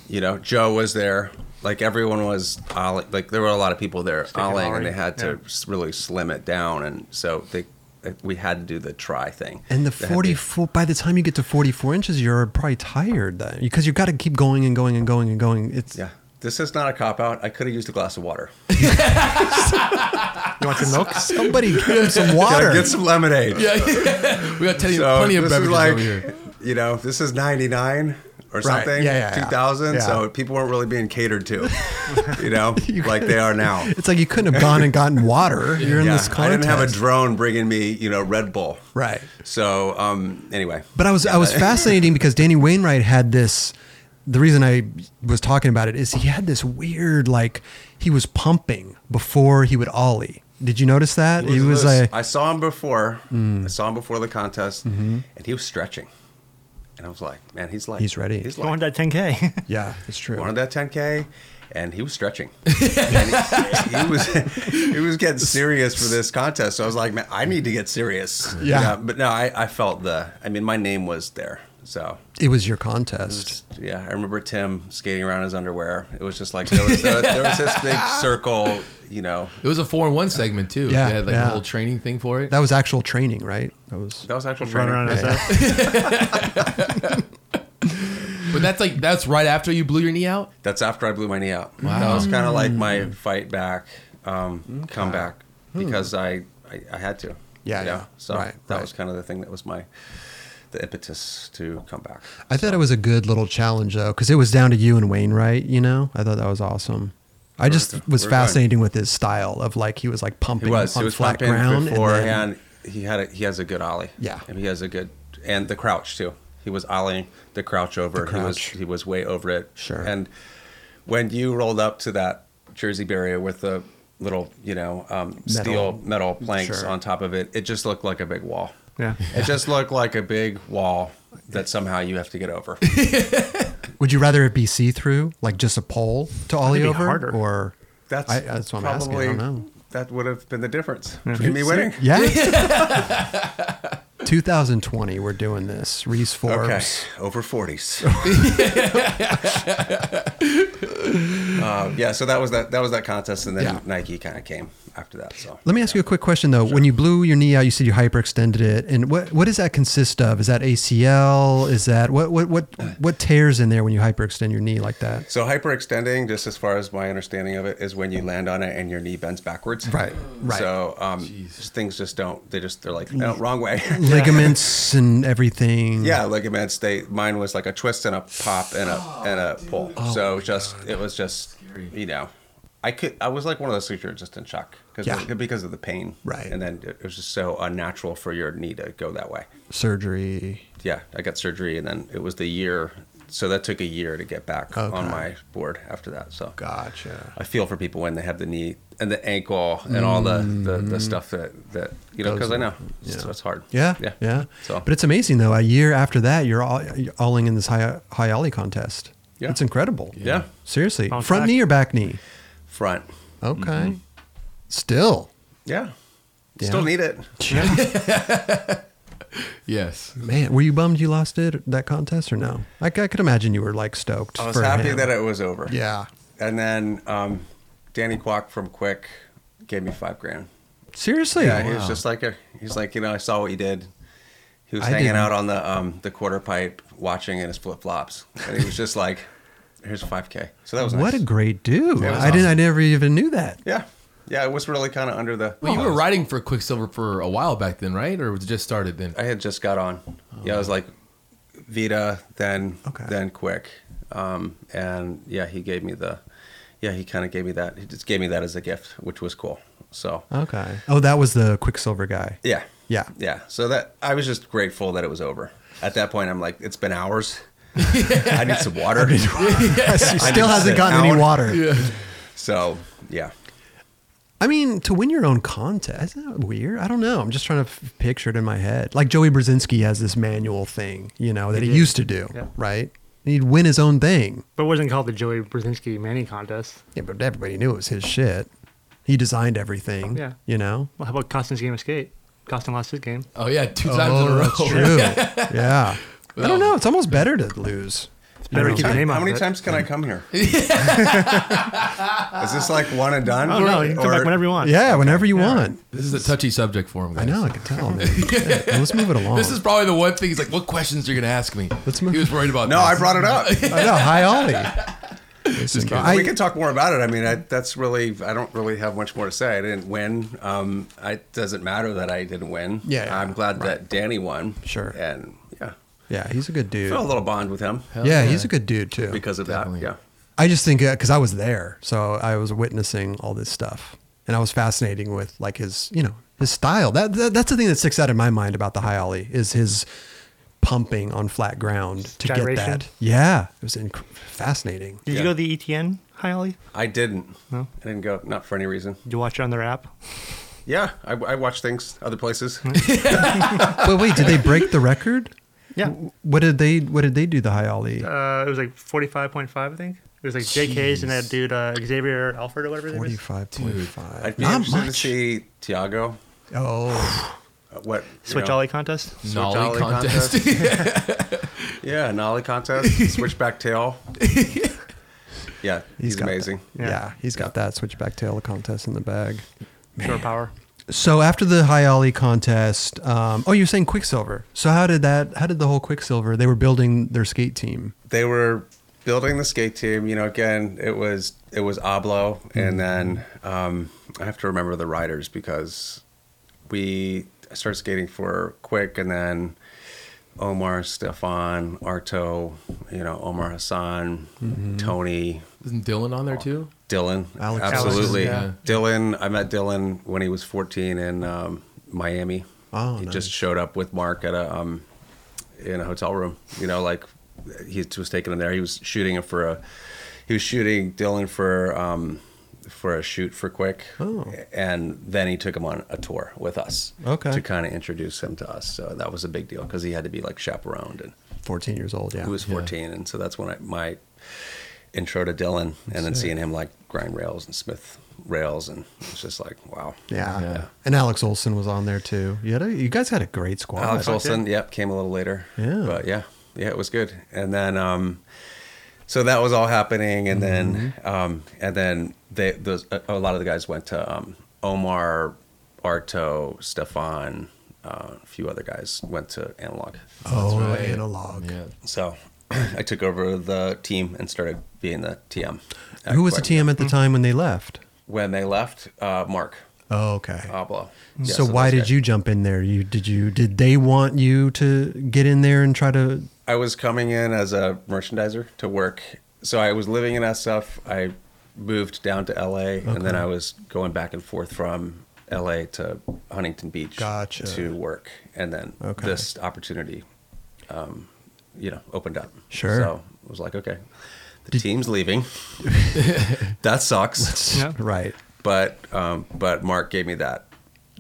You know, Joe was there. Like everyone was ollie. Like there were a lot of people there ollieing, ollie, and they had to yeah. s really slim it down, and so they eh, we had to do the try thing. And the They had to- 44, by the time you get to 44 inches, you're probably tired then because you've got to keep going and going and going and going. It's Yeah, this is not a cop out. I could have used a glass of water. You want some milk? somebody give him some Can I water. Get some lemonade. Yeah, yeah. we got plenty, So plenty of this is beverages like, over here. you know, this is 99 or something, Yeah, yeah, yeah. 2000. Yeah. So people weren't really being catered to, you know, like they are now. It's like you couldn't have gone and gotten water. You're in Yeah. this I context. didn't have a drone bringing me, you know, Red Bull. Right. So, um, anyway, But I was I was fascinating because Danny Wainwright had this. The reason I was talking about it is he had this weird like he was pumping before he would ollie. Did you notice that? He was loose. like Mm. I saw him before. I saw him before the contest, and he was stretching. And I was like, man, he's like, Mm-hmm. He's ready. He's I want like, that 10K. yeah, it's true. wanted that 10k and he was stretching and he, he was he was getting serious for this contest so i was like man i need to get serious Yeah. but no I, I felt the i mean my name was there so It was your contest. yeah i remember tim skating around in his underwear it was just like there was, there, there was this big circle you know It was a four in one segment too. Yeah, they had like yeah. a whole training thing for it. That was actual training, right? That was that was actual Run training around Yeah. outside. but that's like that's right after you blew your knee out. that's after i blew my knee out that was kind of like my Mm. fight back um, comeback because I, I i had to Hmm. Yeah, you yeah. know? so Right, that right. was kind of the thing that was my the impetus to come back I thought it was a good little challenge though, because it was down to you and Wainwright. You know, I thought that was awesome. I just was We're good. fascinated with his style of like he was like pumping he was on he was flat pumping ground and then- beforehand he had a, he has a good ollie Yeah. and he has a good and the crouch too he was ollieing the crouch over The he was crouch. he was way over it Sure. and when you rolled up to that jersey barrier with the little you know um, steel metal planks Sure. on top of it it just looked like a big wall Yeah. It just looked like a big wall that somehow you have to get over. Would you rather it be see through, like just a pole to ollie be over, harder. or That's, I, that's what I'm asking. I don't know. That would have been the difference between me winning. Yeah. 2020, we're doing this. Reese Forbes. Okay, over 40s. uh, yeah, so that was that. That was that contest, and then Yeah. Nike kind of came after that. So Let me ask you a quick question though. When you blew your knee out, you said you hyperextended it, and what what does that consist of? Is that ACL? Is that what what what what tears in there when you hyperextend your knee like that? So hyperextending, just as far as my understanding of it, is when you land on it and your knee bends backwards. Right, right. Mm. So um, just things just don't. They just they're like no, wrong way. ligaments and everything. yeah, ligaments. They mine was like a twist and a pop and a and a pull. so just it was just you know, I could I was like one of those things you're just in shock because Yeah. because of the pain. Right. And then it was just so unnatural for your knee to go that way Surgery. yeah, I got surgery, and then it was the year. So that took a year to get back Okay. on my board after that. So Gotcha. I feel for people when they have the knee and the ankle and all the, the, the stuff that, that you know Mm-hmm. Goes because I with know it, it's, yeah. it's hard. Yeah, yeah, yeah. So But it's amazing though. A year after that, you're all you're alling in this high high ollie contest. Yeah. it's incredible. Yeah. seriously, Bounce front back. knee or back knee? front. Okay, Mm-hmm. still, Yeah. Yeah. still need it. Yes. man. Were you bummed you lost it that contest or no? I, I could imagine you were like stoked. I was for happy him. that it was over. Yeah, And then um, Danny Kwok from Quick gave me five grand. seriously. Yeah, he was just like a. He's like, you know, I saw what you did. He was I hanging didn't. out on the um the quarter pipe, watching in his flip flops, and he was just like, "Here's a 5K." So that was What nice. a great dude! Yeah, I it was didn't. I never even knew that. yeah, yeah. It was really kind of under the. Well, you were riding for Quicksilver for a while back then, right? Or was it just started then? I had just got on. Yeah, I was like Vita, then Okay. then Quick, um, and yeah, he gave me the. Yeah, he kind of gave me that. He just gave me that as a gift, which was cool. So Okay. Oh, that was the Quicksilver guy. yeah, Yeah. yeah. So that I was just grateful that it was over. At that point, I'm like, it's been hours. I need some water. he I still just hasn't said gotten any out. water. So yeah, I mean, to win your own contest, isn't that weird? I don't know. I'm just trying to f- picture it in my head. Like Joey Brzezinski has this manual thing, you know, that he, did. used to do, Yeah. right? He'd win his own thing. But it wasn't called the Joey Brzezinski Manny contest. Yeah, but everybody knew it was his shit. He designed everything. Yeah. You know? Well, how about Costin's game of skate? Costin lost his game. Oh yeah, two times in a row. that's true. yeah. I don't know. It's almost better to lose. I don't keep the name how out of many it. times can I come here? Is this like one and done? I don't know. You Oh, can come back whenever you want. Yeah, whenever you want. This is a touchy subject for him. Guys. I know, I can tell. Man. Yeah, let's move it along. This is probably the one thing. He's like, "What questions are you gonna ask me?" Let's move- He was worried about. No, this. I brought it up. I know. Hi, Ollie. Listen, kidding. I- we can talk more about it. I mean, I, that's really I don't really have much more to say. I didn't win. Um, I- it doesn't matter that I didn't win. Yeah, yeah, I'm glad that Danny won. Sure. and yeah, yeah, he's a good dude. feel a little bond with him Yeah, he's a good dude too. because of Definitely. that. I just think because I was there, so I was witnessing all this stuff, and I was fascinating with like his, you know, his style. That, that that's the thing that sticks out in my mind about the high ollie is his pumping on flat ground to Gyration? get that. Yeah, it was inc- fascinating. Did Yeah. you go to the ETN, Hi Ollie? Yeah, I didn't. No? I didn't go. Not for any reason. Did you watch it on their app? Yeah, I, I watch things other places. but wait, did they break the record? Yeah. What did they What did they do the high ollie? Uh, it was like 45.5, I think. It was like JK's and that dude uh, Xavier Alfred or whatever his name Forty is. five point I'd five. be Not interested to much. see Tiago. Oh, uh, What you Switch know, Ollie contest. Nolly Ollie contest. Yeah, nollie contest, switchback tail. Yeah, he's, got that. amazing. Yeah. Yeah. he's got that switchback tail contest in the bag. Shore power. So after the High Ollie contest, um, oh, you're saying Quicksilver. So how did that? How did the whole Quicksilver? They were building their skate team. they were building the skate team. You know, again, it was it was Ablo, and then um, I have to remember the riders because we started skating for Quick, and then Omar, Stefan, Arto, you know, Omar Hassan, Tony, Isn't Dylan on there too? Dylan. Alex. Absolutely. Alex, yeah. Dylan, I met Dylan when he was 14 in um, Miami. Oh, he nice. just showed up with Mark at a um, in a hotel room. You know, like he was taking him there. He was shooting him for a he was shooting Dylan for um, for a shoot for Quick. Oh. And then he took him on a tour with us. Okay. To kind of introduce him to us. So that was a big deal because he had to be like chaperoned and 14 years old. Yeah. who was 14 and so that's when I, my intro to dylan and then seeing him like grind rails and smith rails and it's just like wow yeah. Yeah. And Alex Olson was on there too. You had a, you guys had a great squad. alex olson yep came a little later Yeah. but yeah yeah it was good and then um so that was all happening and then Mm-hmm. um and then they those a, a lot of the guys went to um omar arto stefan uh, a few other guys went to analog Oh, That's right. analog. Yeah. so i took over the team and started being the tm at Who was the Quebec. TM at the time when they left? when they left uh, Mark Oh, okay. Ablo. Yeah, so why those did guys- you jump in there? You did you did they want you to get in there and try to? I was coming in as a merchandiser to work. So I was living in SF. I moved down to LA, and then I was going back and forth from LA to Huntington Beach Gotcha. to work, and then Okay. this opportunity, um, you know, opened up. Sure. So I was like, okay, the team's leaving. that sucks. Yeah. Right. But um, but Mark gave me that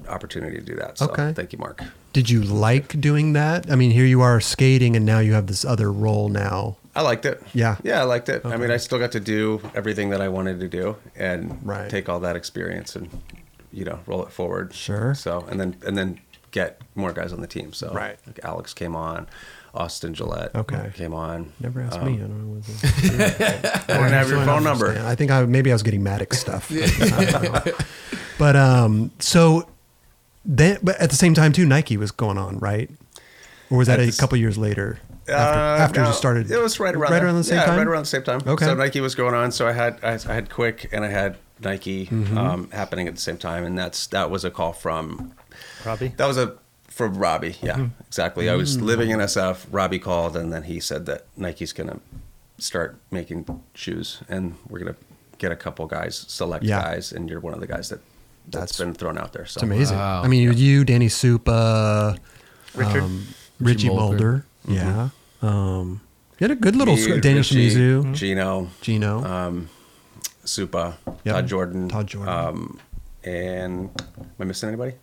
opportunity to do that. So Okay. thank you, Mark. Did you like doing that? I mean, here you are skating, and now you have this other role now. I liked it. Yeah. Yeah, I liked it. I mean, I still got to do everything that I wanted to do and Right. take all that experience and you know, roll it forward. Sure. So, and then and then get more guys on the team. So, Right. like Alex came on, Austin Gillette Okay. came on. Never asked Um, me. I don't know. What it was. I don't have your phone number. Yeah, I think I maybe I was getting Maddox stuff. but um, so then, but at the same time too, Nike was going on, right? Or was that At a this- couple years later after, Uh, after no, you started? It was right around right there. around the same yeah, time. Right around the same time. Okay. So Nike was going on. So I had I, I had Quick and I had Nike Mm-hmm. um, happening at the same time, and that's that was a call from Robbie. That was a from Robbie. Yeah, Mm-hmm. exactly. I Mm. was living in SF. Robbie called, and then he said that Nike's gonna start making shoes, and we're gonna get a couple guys, select Yeah. guys, and you're one of the guys that That's- that's been thrown out there. So Uh, It's amazing. Wow. I mean, you- you, Danny Supa, Richard. um, Richie Richie Mulder, Mulder. yeah. Um, you had a good little Dude, sc- Daniel Mm-hmm. Richie, Shimizu, Gino, Gino. um, Supa, Yep. Todd Jordan, Todd Jordan. um, and am I missing anybody?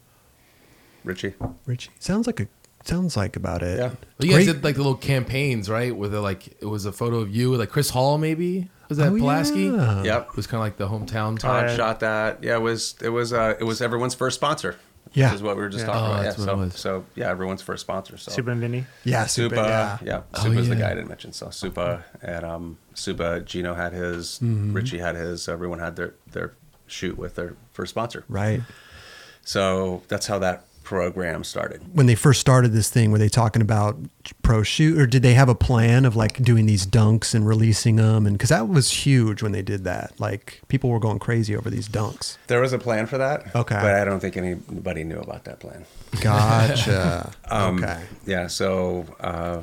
Richie. Richie sounds like a sounds like about it. Yeah. Well, you guys Great- did like the little campaigns, right? Where they're like, it was a photo of you, like Chris Hall, maybe was that Oh, Pulaski? yeah. Yep. It was kind of like the hometown Todd type. shot that. Yeah, it was it was uh, it was everyone's first sponsor. Yeah. which is what we were just Yeah. talking Oh, about. that's yeah, what it so, was. so yeah, everyone's first sponsor. So Super and Vinny. Yeah, Supa, Supa. yeah, Yeah. Oh, Supa's the yeah. guy I didn't mention. So Supa and um, Supa, Gino had his, Mm-hmm. Richie had his, everyone had their their shoot with their first sponsor. Right. So that's how that program started. When they first started this thing, were they talking about pro shoot, or did they have a plan of like doing these dunks and releasing them? And because that was huge when they did that. Like people were going crazy over these dunks. There was a plan for that. Okay. but I don't think anybody knew about that plan. Gotcha. okay. Yeah, so uh,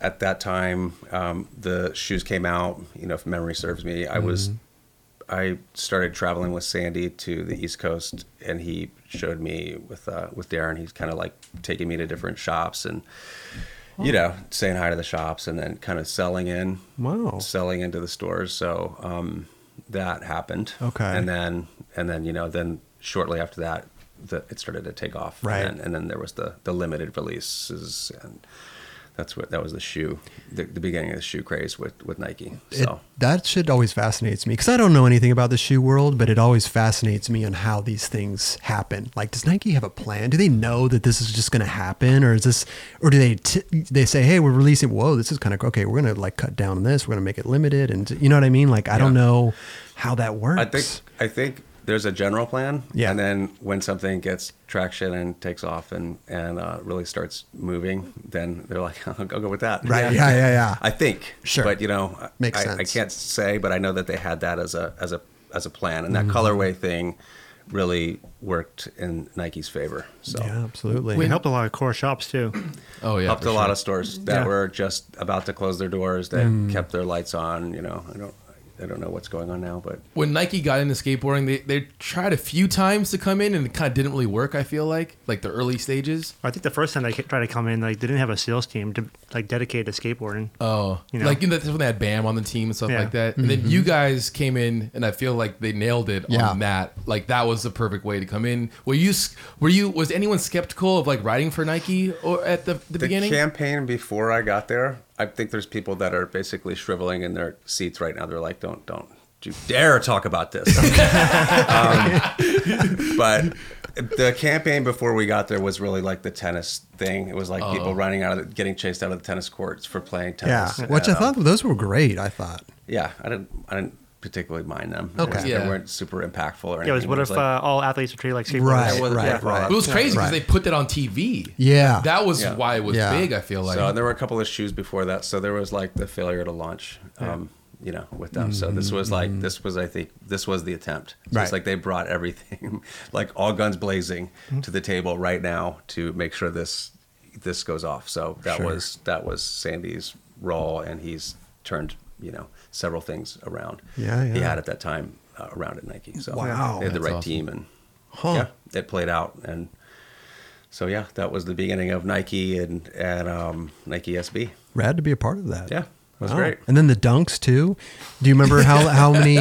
at that time, um, the shoes came out. You know, if memory serves me, I Mm-hmm. was I started traveling with Sandy to the East Coast, and he showed me with uh, with Darren. He's kind of like taking me to different shops and. You know, saying hi to the shops and then kind of selling in, Wow. selling into the stores. So um, that happened. Okay. And then, and then you know, then shortly after that, the, it started to take off. Right. And, then- and then there was the the limited releases, and that's what that was the shoe, the, the beginning of the shoe craze with with Nike. It, So. that shit always fascinates me because I don't know anything about the shoe world, but it always fascinates me on how these things happen. Like, does Nike have a plan? Do they know that this is just going to happen, or is this, or do they t- they say, "Hey, we're releasing. Whoa, this is kind of okay. We're going to like cut down on this. We're going to make it limited." And you know what I mean? Like, I don't Yeah. know how that works. I think I think there's a general plan, Yeah. and then when something gets traction and takes off and and uh, really starts moving, then they're like, I'll, go with that. Right. Yeah, yeah, yeah. I think. Sure. But you know, I- Makes I, I sense. can't say, but I know that they had that as a as a as a plan, and that Mm-hmm. colorway thing really worked in Nike's favor. So. yeah, absolutely. We helped a lot of core shops too. Oh yeah, Helped for a lot sure. of stores that Yeah. were just about to close their doors that Mm. kept their lights on. You know, I don't, I don't know what's going on now, but when Nike got into skateboarding, they they tried a few times to come in and it kind of didn't really work. I feel like like the early stages. I think the first time they ca- tried to come in, like they didn't have a sales team to like dedicate to skateboarding. Oh, You know? like you know, that's when they had Bam on the team and stuff Yeah. like that. And then you guys came in, and I feel like they nailed it Mm-hmm. Yeah. on that. Like that was the perfect way to come in. Were you? s- Were you? Was anyone skeptical of like riding for Nike or at the, the, beginning? campaign before I got there, I think there's people that are basically shriveling in their seats right now. They're like, don't, don't you dare talk about this. um, but the campaign before we got there was really like the tennis thing. It was like people running out of the, getting chased out of the tennis courts for playing yeah, tennis. which I And, um, thought those were great. I thought. yeah, I didn't, I didn't particularly mind them. Okay. They Yeah. weren't super impactful or anything. Yeah, it was what It if like- uh, all athletes were treated like skateboarders? Right, it wasn't right, that broad. right. It was crazy Right. because they put that on TV. Yeah. that was Yeah. why it was Yeah. big. I feel like. So and there were a couple issues before that. So there was like the failure to launch, um, you know, with them. So this was Mm-hmm. like this was I think this was the attempt. So Right. It's like they brought everything, like all guns blazing, Mm-hmm. to the table right now to make sure this this goes off. So that Sure. was that was Sandy's role, and he's turned you know several things around. Yeah, He yeah. had at that time uh, around at Nike. So Wow. they had the That's right awesome. team and Huh. yeah, it played out and. So yeah, that was the beginning of Nike and and um, Nike SB. rad to be a part of that. Oh. Yeah, it was great. And then the dunks too. Do you remember how how many?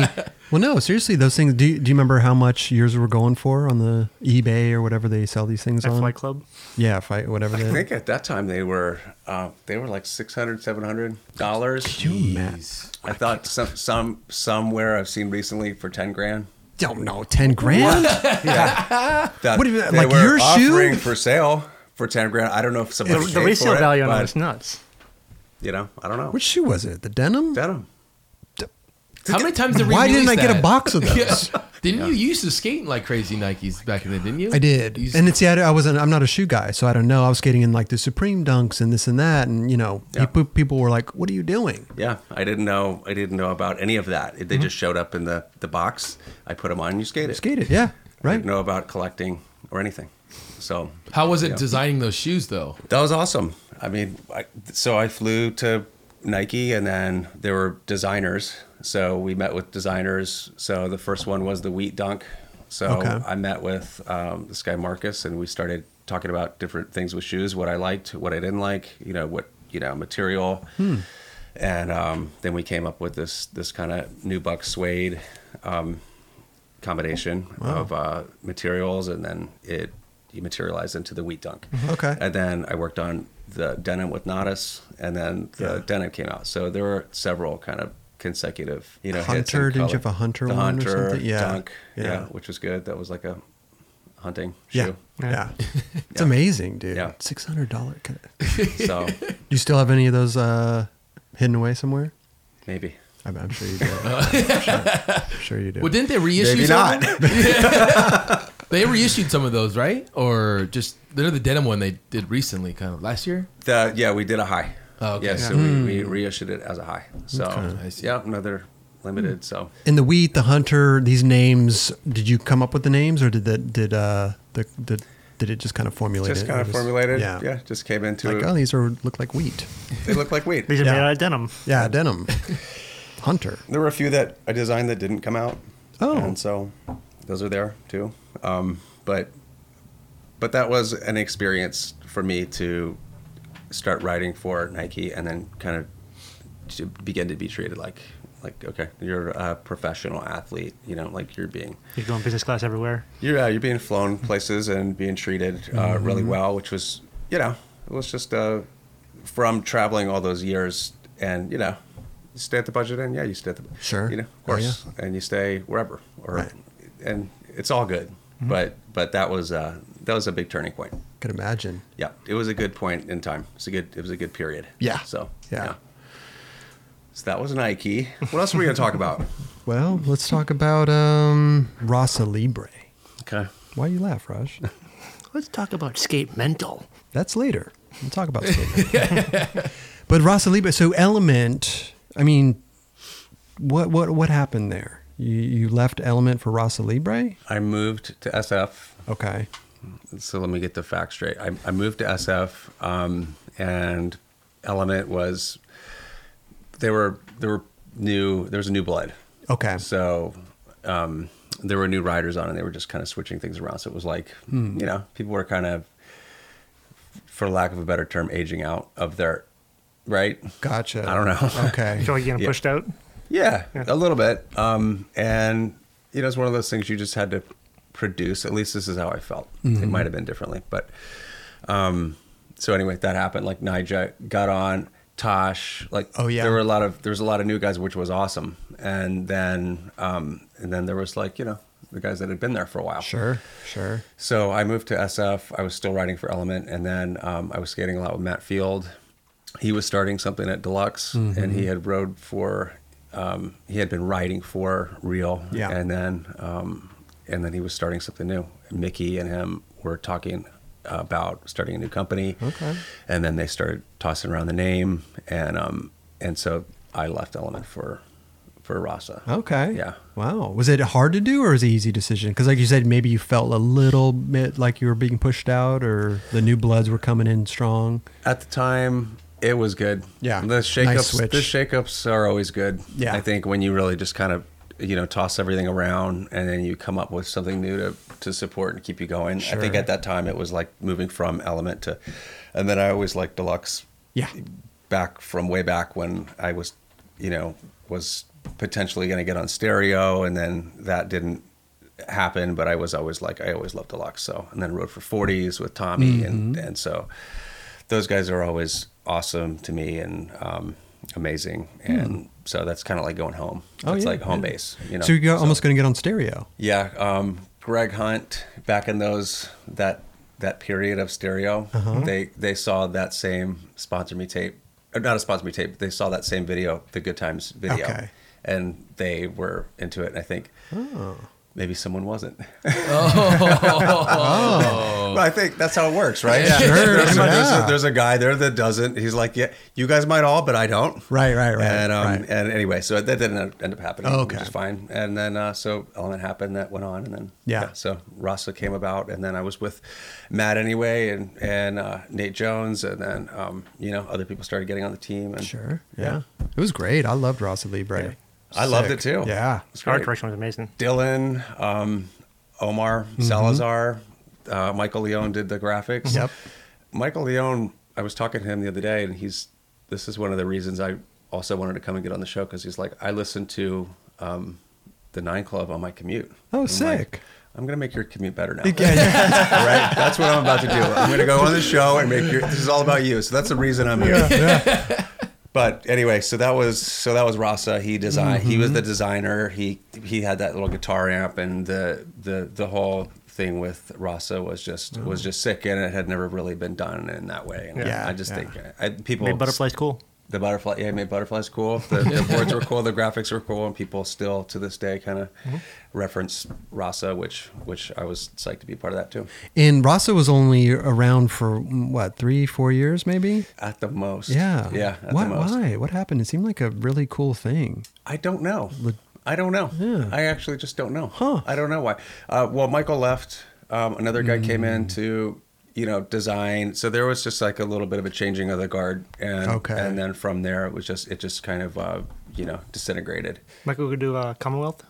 Well, no, seriously, those things. Do you, do you remember how much yours were going for on the eBay or whatever they sell these things At on? Flight Club. yeah, fight whatever. I they- think at that time they were uh, they were like 600 700 dollars. Jeez. Oh I thought some some somewhere I've seen recently for 10 grand. Don't know, ten grand. That What do you mean, they like were your shoe? offering for sale for 10 grand. I don't know if The, somebody the paid resale for it, value on but, that is nuts. You know, I don't know. Which shoe was it? The denim. denim? How many times did Why didn't I get a that? box of those? Didn't you used to skate in like crazy Nikes back in then? Didn't you? I did, You used- and it's yeah. I wasn't. I'm not a shoe guy, so I don't know. I was skating in like the Supreme Dunks and this and that, and you know, Yeah. pe- people were like, "What are you doing?" Yeah, I didn't know I didn't know about any of that. They Mm-hmm. just showed up in the the box. I put them on and you skated. Skated, yeah, I right. didn't know about collecting or anything. So how was it Yeah. designing those shoes though? That was awesome. I mean, I, so I flew to Nike, and then there were designers. So we met with designers. So the first one was the Wheat Dunk. So Okay. I met with um, this guy Marcus, and we started talking Hmm. about different things with shoes, what I liked, what I didn't like, you know, what you know, material. and um, then we came up with this this kind of new buck suede um, combination of uh, materials, and then it he materialized into the wheat dunk. Okay. And then I worked on the denim with Nadas, and then the Yeah. denim came out. So there were several kind of consecutive, you know, hits in Hunter, didn't you color. have a hunter the one or hunter something? Yeah. dunk, yeah. Yeah. which was good. That was like a hunting Yeah. shoe. Yeah. It's amazing, dude. Yeah. $600. Can- Do So you still have any of those uh, hidden away somewhere? maybe. I'm, I'm sure you do. I'm sure, I'm sure you do. Well, didn't they reissue? Maybe some not. Of them? they reissued some of those, right? Or just they're the denim one they did recently, kind of last year. The, yeah, we did a high. Oh, okay. Yeah, so Yeah. Hmm. we, we reissued it as a high. So I see. yeah, another limited. So In the wheat, the hunter, these names, did you come up with the names or did that did uh the did, did it just kind of formulate just it? kind Or of formulated. Yeah. Yeah. just came into Like, it. oh, these are look like wheat. They look like weed. These are Yeah. made out of denim. Yeah, denim. hunter. There were a few that I designed that didn't come out. Oh. and so those are there too. Um, but but that was an experience for me to start writing for Nike, and then kind of to begin to be treated like like okay, you're a professional athlete. You know, like you're being You're going business class everywhere. you're uh, you're being flown places and being treated uh, Mm-hmm. really well, which was you know it was just uh, from traveling all those years and you know you stay at the budget and yeah you stay at the Sure. you know of Oh, yeah. course and you stay wherever or Right. Mm-hmm. and it's all good but but that was uh, that was a big turning point Could imagine. yeah it was a good point in time it's a good it was a good period Yeah. so Yeah. so that was Nike what else were we gonna talk about Well, let's talk about um Rasa Libre. okay Why you laugh, Raj? Let's talk about skate mental. That's later. We'll talk about Satan. but Rosalía, so Element, I mean, what what what happened there? You you left Element for Rosalibre? I moved to SF Okay. so let me get the facts straight. I, I moved to SF, um, and Element was they were there were new there was a new blood, Okay. so um, there were new riders on, and they were just kind of switching things around. So it was like you know people were kind of, for lack of a better term, aging out of their right. Gotcha. I don't know. Okay. You feel like you're getting Yeah. pushed out. Yeah, a little bit. Um, and you know, it's one of those things you just had to produce. At least this is how I felt. It Mm-hmm. might have been differently, but um, so anyway, that happened. Like Nija got on Tosh. Like Oh, yeah. there were a lot of there was a lot of new guys, which was awesome. And then um, and then there was like you know the guys that had been there for a while. Sure. Sure. So I moved to SF. I was still riding for Element, and then um, I was skating a lot with Matt Field. He was starting something at Deluxe, Mm-hmm. and he had rode for, um, he had been riding for Real, Yeah. and then um, and then he was starting something new. Mickey and him were talking about starting a new company, Okay. and then they started tossing around the name, and um, and so I left Element for for Rasa. Okay. Yeah. Wow. Was it hard to do or was it an easy decision? Because like you said, maybe you felt a little bit like you were being pushed out or the new bloods were coming in strong. At the time, it was good. Yeah. The Nice shakeups, switch. the shakeups are always good. Yeah. I think when you really just kind of, you know, toss everything around and then you come up with something new to, to support and keep you going. I Sure. think at that time it was like moving from element to, and then I always liked deluxe Yeah. back from way back when I was, you know, was potentially going to get on stereo, and then that didn't happen. But I was always like, I always loved deluxe. So, and then rode for 40s with Tommy, and Mm-hmm. and so those guys are always awesome to me and um, amazing. And so that's kind of like going home. Hmm. Oh, it's yeah, like home yeah. base. You know, so you're almost going to get on stereo. yeah, um, Greg Hunt back in those that that period of stereo, Uh-huh. they they saw that same sponsor me tape, or not a sponsor me tape. They saw that same video, the Good Times video, Okay. and they were into it. And I think Oh. maybe someone wasn't. But I think that's how it works, right? Yeah. There's, a, there's, a, there's a guy there that doesn't. He's like, yeah, you guys might all, but I don't. Right, right, right, And, um, right. and anyway, so that didn't end up happening, Oh, which okay. is fine. And then uh, so Element happened, that went on, and then Yeah. so Rasa came about, and then I was with Matt anyway, and and uh, Nate Jones, and then um, you know other people started getting on the team. And Sure. Yeah. It was great. I loved Rosalibre. I loved it too. Yeah. It's Art great. direction was amazing. Dylan, um, Omar Mm-hmm. Salazar, uh, Michael Leone did the graphics. Yep. Michael Leone, I was talking to him the other day, and he's this is one of the reasons I also wanted to come and get on the show because he's like, I listen to um, the Nine Club on my commute. Oh, I'm sick. like, I'm gonna make your commute better now. Yeah, yeah. All right, that's what I'm about to do. I'm gonna go on the show and make your. This is all about you. So that's the reason I'm here. But anyway, so that was so that was Rasa. He designed. He Mm-hmm. was the designer. He he had that little guitar amp, and the the the whole thing with Rasa was just was just sick, and it had never really been done in that way. And Mm-hmm. Yeah. I just Yeah. think I, people Made butterflies cool. the butterfly yeah it made butterflies cool the, the boards were cool the graphics were cool and people still to this day kind of Mm-hmm. reference rasa which which i was psyched to be part of that too And Rasa was only around for mm, what three, four years, maybe. at the most Yeah. yeah at Why? the most Why? What happened? It seemed like a really cool thing. i don't know i don't know i actually just don't know huh i don't know why uh, well michael left um, another guy came Mm. in to you know design so there was just like a little bit of a changing of the guard and Okay. and then from there it was just it just kind of uh, you know disintegrated Michael could do uh, Commonwealth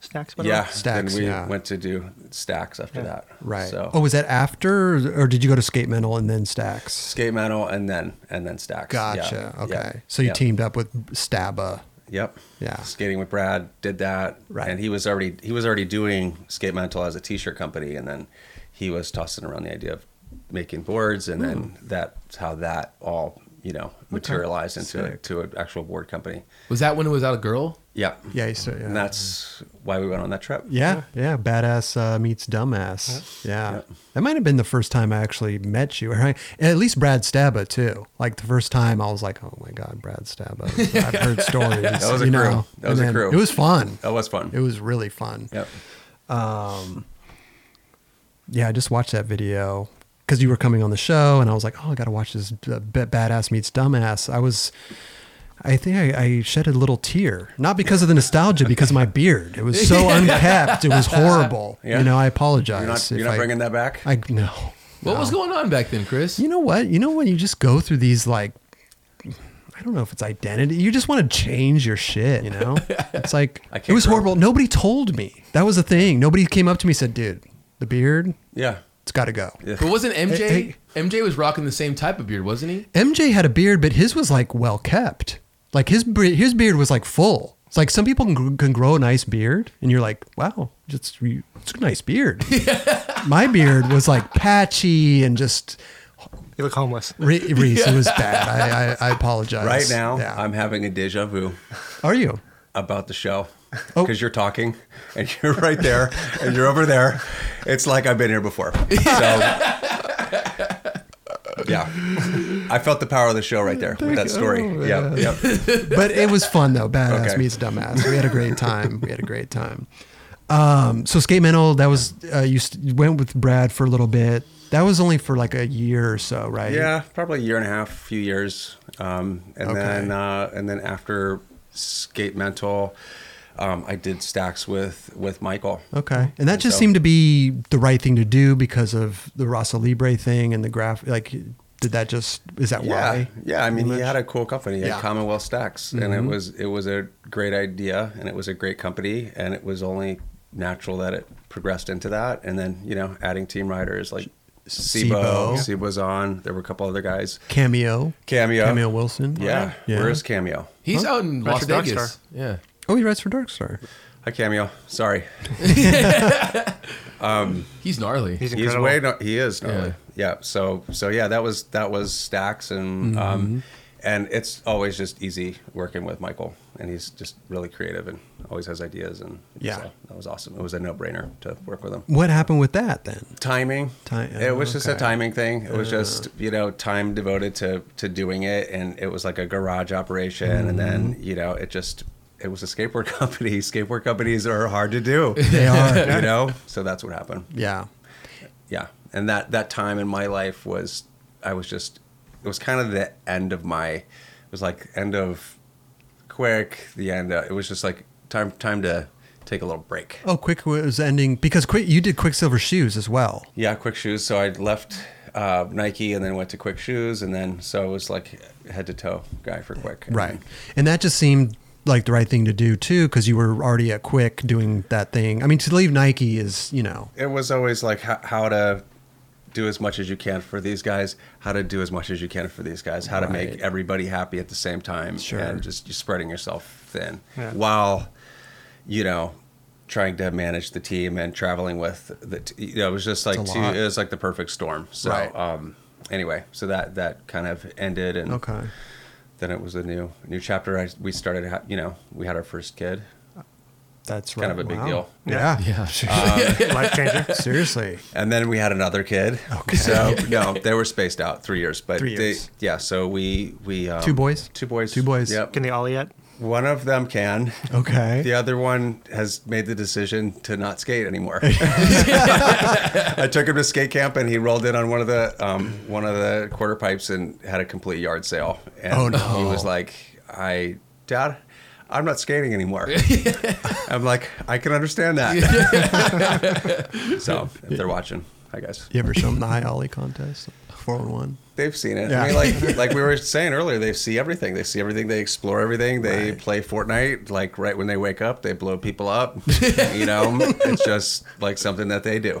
snacks. by the yeah, way? Stacks, Then we yeah. went to do stacks after that. Right. So Oh, was that after, or did you go to Skate Mental and then Stacks? skate metal and then and then stacks. Yeah, Gotcha. yeah, Okay. So you yeah. teamed up with Stabba. Yep. Yeah. Skating with Brad did that. Right. And he was already he was already doing skate metal as a t-shirt company, and then he was tossing around the idea of making boards, and then Hmm. that's how that all you know materialized into a, to an actual board company. Was that when it was out a girl? Yep. Yeah. You started, yeah. And that's why we went on that trip. yeah, yeah, badass uh, meets dumbass. Yeah. that might have been the first time I actually met you, or I, at least Brad Stabba too. Like the first time, I was like, "Oh my god, Brad Stabba!" I've heard stories. That was a you crew. know? That was And a then crew. It was fun. That was fun. It was really fun. Yep. Yeah, I just watched that video because you were coming on the show, and I was like, oh, I got to watch this uh, b- badass meets dumbass. I was, I think I, I shed a little tear, not because of the nostalgia, because of my beard. It was so unkept, it was horrible. Yeah. You know, I apologize. You're not if you're not I, bringing that back. I no. What was going on back then, Chris? You know what? You know when you just go through these like. I don't know if it's identity. You just want to change your shit, you know? It's like I it can't was grow. horrible. Nobody told me. That was the thing. Nobody came up to me and said, "Dude, the beard, yeah. it's got to go." But wasn't MJ? Hey, MJ was rocking the same type of beard, wasn't he? MJ had a beard, but his was like well kept. Like his bre- his beard was like full. It's like some people can, gr- can grow a nice beard, and you're like, wow, just you- it's a nice beard. My beard was like patchy and just You look homeless. re- Reese. It was bad. I, I, I apologize. Right now, Yeah. I'm having a deja vu are you? about the show because Oh. you're talking and you're right there and you're over there. It's like I've been here before. So, yeah, I felt the power of the show right there with that story. Oh, yeah, yeah. but it was fun though. Badass Okay. meets dumbass. We had a great time. We had a great time. Um, so skate mental. That was uh, you st- went with Brad for a little bit. That was only for like a year or so, right? Yeah, probably a year and a half, few years, um, and Okay. then uh, and then after Skate Mental, um, I did stacks with with Michael. Okay. And that just so- seemed to be the right thing to do because of the Rasa Libre thing and the graph. Like, did that just, is that Yeah, why? yeah. I mean, he had a cool company, Yeah. Mm-hmm. yeah. Commonwealth Stacks, and it was it was a great idea, and it was a great company, and it was only natural that it progressed into that, and then you know, adding team riders like Sibo. Sibo, Sibo's on. There were a couple other guys. Cameo. Cameo, Cameo Wilson. Yeah, Yeah. where's Cameo? He's out in Las Richard Vegas. Darkstar. Yeah. Oh, he writes for Dark Star. Hi, Cameo. Sorry, He's gnarly. he's He's incredible. way no, he is gnarly. Yeah. So so yeah, that was that was Stacks, and Mm-hmm. um, and it's always just easy working with Michael, and he's just really creative and always has ideas, and Yeah. so that was awesome. It was a no brainer to work with him. What happened with that then? timing. Ti- it was just a okay. Uh. timing thing. It was just you know time devoted to to doing it, and it was like a garage operation, and Mm-hmm. then you know it just it was a skateboard company. Skateboard companies are hard to do. They are. you know, so that's what happened. yeah. Yeah, and that that time in my life was I was just it was kind of the end of my it was like end of quick the end. Of, it was just like time time to take a little break. Oh, Quick was ending because Quick, you did Quicksilver Shoes as well. Yeah, Quick Shoes. So I left uh, Nike and then went to Quick Shoes, and then so it was like head to toe guy for Quick. Right. And that just seemed like the right thing to do too because you were already at Quick doing that thing. I mean, to leave Nike is, you know, It was always like how, how to do as much as you can for these guys, how to do as much as you can for these guys, how to make Right. everybody happy at the same time, Sure. and just you're spreading yourself thin Yeah. while, you know, trying to manage the team and traveling with the. T- you know, it was just like It's a two, lot. it was like the perfect storm. So Right. um, anyway, so that that kind of ended, and Okay. then it was a new new chapter. I, we started, ha- you know, we had our first kid. That's right. Kind of a big Wow. deal. Yeah. Yeah. Life changer. Seriously. and then we had another kid. Okay. So no, they were spaced out three years, but Three years. They, yeah. So we we um, Two boys? two boys, Two boys. Yep. Can they all yet? One of them can. Okay. The other one has made the decision to not skate anymore. I took him to skate camp, and he rolled in on one of the um, one of the quarter pipes and had a complete yard sale. And Oh, no. He was like, "I, Dad, I'm not skating anymore." I'm like, "I can understand that." so if they're watching, I guess. You ever show them the high ollie contest? Four on one. They've seen it. Yeah. I mean, like like we were saying earlier, they see everything. They see everything. They explore everything. They play Fortnite. Like right when they wake up, they blow people up. you know, it's just like something that they do.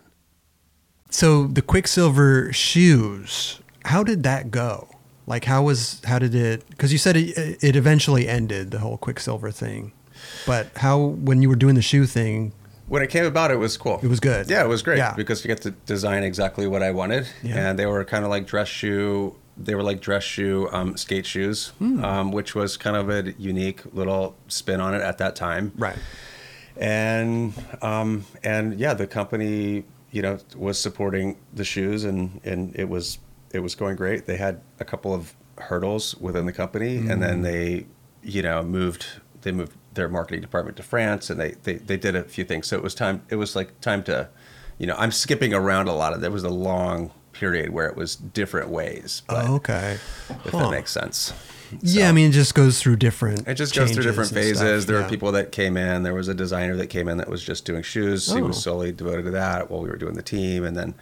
So the Quicksilver shoes, how did that go? Like, how was how did it? Because you said it, it eventually ended the whole Quicksilver thing, but how when you were doing the shoe thing? When it came about, it was cool. It was good. Yeah, it was great Yeah. because you get to design exactly what I wanted, Yeah. and they were kind of like dress shoe. They were like dress shoe um, skate shoes, Hmm. um, which was kind of a unique little spin on it at that time. and um, and yeah, the company you know was supporting the shoes, and and it was it was going great. They had a couple of hurdles within the company, and Mm. then they you know moved they moved their marketing department to France, and they, they they did a few things. So it was time. It was like time to, you know, I'm skipping around a lot of. There was a long period where it was different ways. But Oh, okay. If Huh. that makes sense. Yeah, I mean, it just goes through different. It just goes through changes different and phases. stuff. There were Yeah. people that came in. There was a designer that came in that was just doing shoes. He Oh. was solely devoted to that while we were doing the team. And then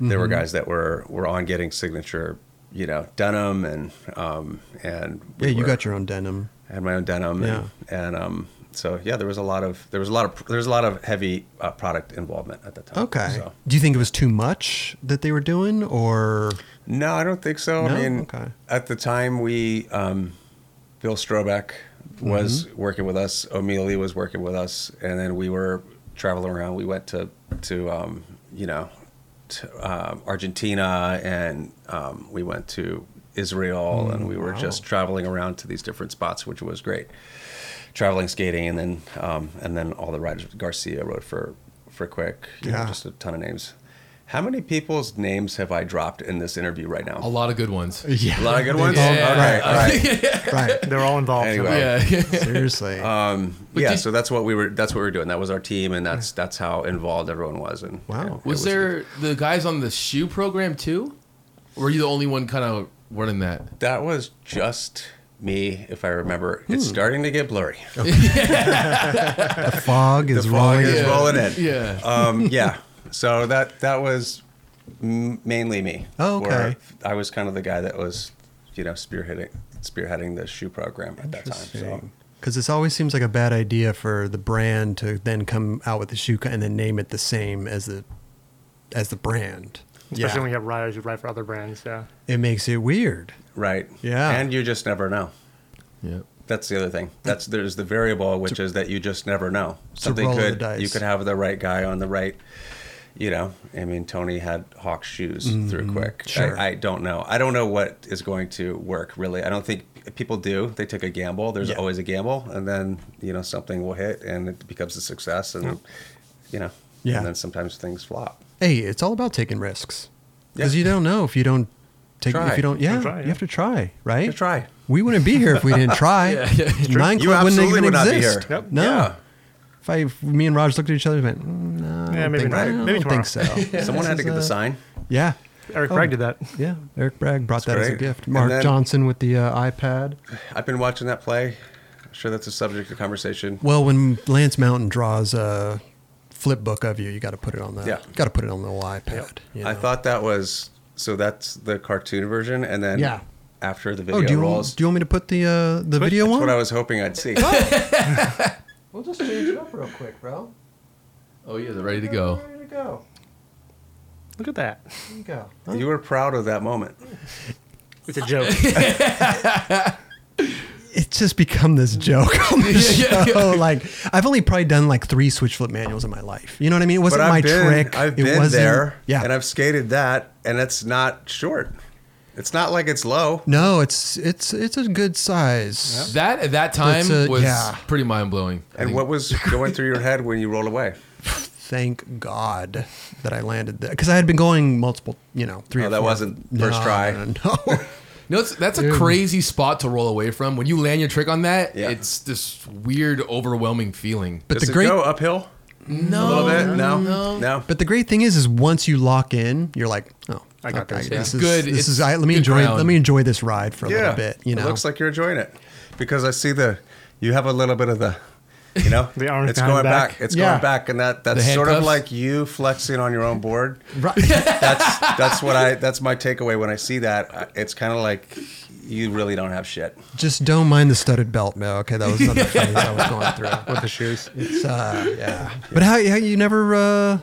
there Mm-hmm. were guys that were were on getting signature, you know, denim and um and Yeah, you got your own denim. I had my own denim. Yeah. And, and um so yeah, there was a lot of there was a lot of there was a lot of heavy uh, product involvement at the time. Okay. So. Do you think it was too much that they were doing, or No, I don't think so. No? I mean, Okay. at the time, we um, Bill Strobeck was Mm-hmm. working with us. O'Mealy was working with us, and then we were traveling around. We went to to um, you know to, um, Argentina, and um, we went to Israel, Mm, and we were just traveling around to these different spots, which was great. Traveling skating, and then um, and then all the riders. Garcia rode for for Quick. you know, Yeah. just a ton of names. How many people's names have I dropped in this interview right now? A lot of good ones. yeah, A lot of good ones. Yeah. Okay, Oh, all right. right? They're all involved. Anyway. Yeah. Seriously. Uh, yeah. did- So that's what we were. That's what we were doing. That was our team, and that's that's how involved everyone was. And Wow. and it Was there the guys on the shoe program too? Or were you the only one kind of running that? That was just me, if I remember. It's starting to get blurry. the fog is the fog rolling. is in. rolling in. Yeah. Um, yeah. So that that was m- mainly me. Oh, okay. where I was kind of the guy that was, you know, spearheading spearheading the shoe program at that time. So. Because this always seems like a bad idea for the brand to then come out with a shoe co- and then name it the same as the as the brand. Especially yeah, when you have riders who ride for other brands. Yeah. it makes it weird. Right. Yeah. And you just never know. Yeah. That's the other Mm. thing. That's there's the variable, which is that you just never know. Something roll the could dice. you could have the right guy on the right, you know, I mean, Tony had Hawk shoes through quick. Mm-hmm. Sure. I, I don't know. I don't know what is going to work really. I don't think people do. They take a gamble. There's Yeah. always a gamble, and then you know something will hit, and it becomes a success, and you know, Yeah. And then sometimes things flop. Hey, it's all about taking risks because Yeah. you don't know if you don't take Try. if you don't. Yeah, Try, yeah. you have to try, right? You try. We wouldn't be here if we didn't try. Yeah, yeah, it's true. Nine You Club wouldn't absolutely even would not be exist. here. Yep. No. Yeah. If, I, if me and Raj looked at each other, we went, mm, no, I Yeah, don't maybe think, not. I don't Maybe think so. tomorrow. Someone had This to get the is, uh, sign. Yeah, Eric Oh. Bragg did that. yeah. Eric Bragg brought That's that as a great. gift. And Mark then- Johnson with the uh, iPad. I've been watching that play. I'm sure that's a subject of conversation. Well, when Lance Mountain draws a flip book of you, you got to put it on the Yeah. got to put it on the little iPad. you I know? thought that was so. That's the cartoon version, and then Yeah. after the video Oh, do you, rolls, want, do you want me to put the uh, the video that's on? what I was hoping I'd see. Oh. We'll just change it up real quick, bro. Oh yeah, they're ready to go. to go. Look at that. There you go. you were proud of that moment. It's a joke. It's just become this Mm. joke on the Yeah, yeah, yeah. show. Like I've only probably done like three switch flip manuals in my life. You know what I mean? It wasn't But I've my been, trick. I've it been wasn't, there, Yeah. and I've skated that, and it's not short. It's not like it's low. no, it's it's it's a good size. That at that time That's a- was yeah. pretty mind blowing. And what was going through your head when you rolled away? Thank God that I landed there because I had been going multiple. You know, three. Oh, or that four- wasn't No, first try. No, no, no. You know, it's, that's a crazy spot to roll away from. When you land your trick on that, Yeah. it's this weird, overwhelming feeling. But Does the it great go uphill No, a little bit? Oh, No, no. no. But the great thing is, is once you lock in, you're like, oh, I got this. It's is good. This It's is. I, let me good enjoy. ground. Let me enjoy this ride for a little bit. You know, it looks like you're enjoying it because I see the you have a little bit of the you know The arms it's behind going the back. back. it's Yeah. going back and that that's The sort of handcuffs? like you flexing on your own board right. that's that's what I that's my takeaway when I see that I- it's kind of like you really don't have shit Just don't mind the studded belt. No, okay, that was another thing that I was going through. With the shoes. It's, uh, yeah. But how, how you never. Uh,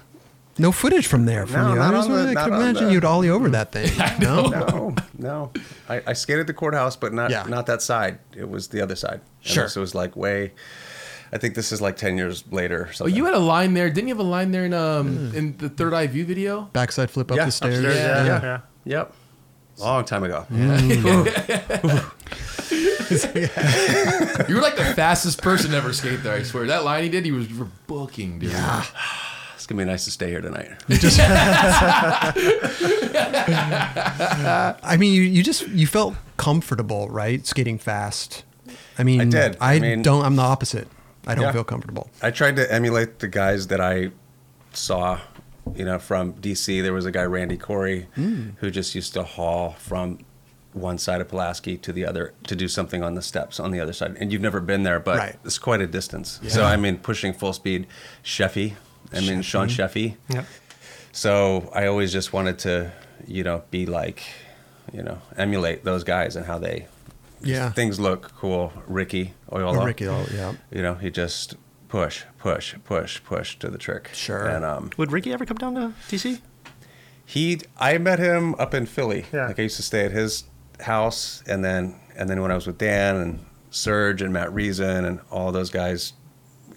no footage from there from No, you. not I, just on the- really not could on imagine the- you'd ollie over that thing. no? no no I, I skated the courthouse but not Yeah. not that side it was the other side And Sure. this was like way I think this is like 10 years later or Oh, something. you had a line there. Didn't you have a line there in um in the third eye view video? Backside flip up Yeah, the stairs. Upstairs, yeah, yeah. yeah. yep long time ago Mm. You were like the fastest person to ever skate there. I swear that line he did, he was you were booking, dude. Yeah. it's gonna be nice to stay here tonight I mean, you, you just you felt comfortable, right? Skating fast. I mean, I did. I, I mean- don't. I'm the opposite. I don't Yeah. feel comfortable. I tried to emulate the guys that I saw, you know, from DC. There was a guy, Randy Corey, who just used to haul from one side of Pulaski to the other to do something on the steps on the other side. And you've never been there, but Right. it's quite a distance. So, I mean, pushing full speed, Sheffy. I mean, Sean Sheffy. Yep. So I always just wanted to, you know, be like, you know, emulate those guys and how they Yeah. things look cool. Ricky Oyola. Or Ricky, oh, yeah. You know, he just push, push, push, push to the trick. Sure. And um, Would Ricky ever come down to DC? he, I met him up in Philly. Yeah. Like I used to stay at his house, and then and then when I was with Dan and Serge and Matt Reason and all those guys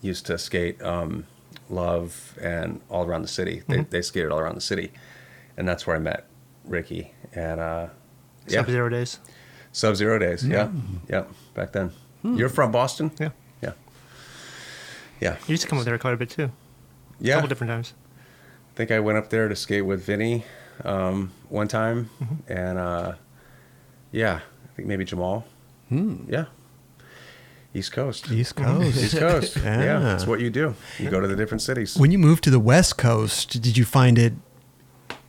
used to skate um, Love and all around the city. They, they skated all around the city, and that's where I met Ricky and uh, yeah, Sub zero days. Sub Zero days. Yeah, yeah, back then. You're from Boston. Yeah. yeah, yeah, You used to come up there quite a bit too. yeah. A couple different times. I think I went up there to skate with Vinny um, one time, Mm-hmm. and uh, yeah, I think maybe Jamal. Yeah, East Coast. Hmm. East Mm-hmm. Coast. East Coast. yeah. Yeah. that's what you do. You go to the different cities. When you moved to the West Coast, did you find it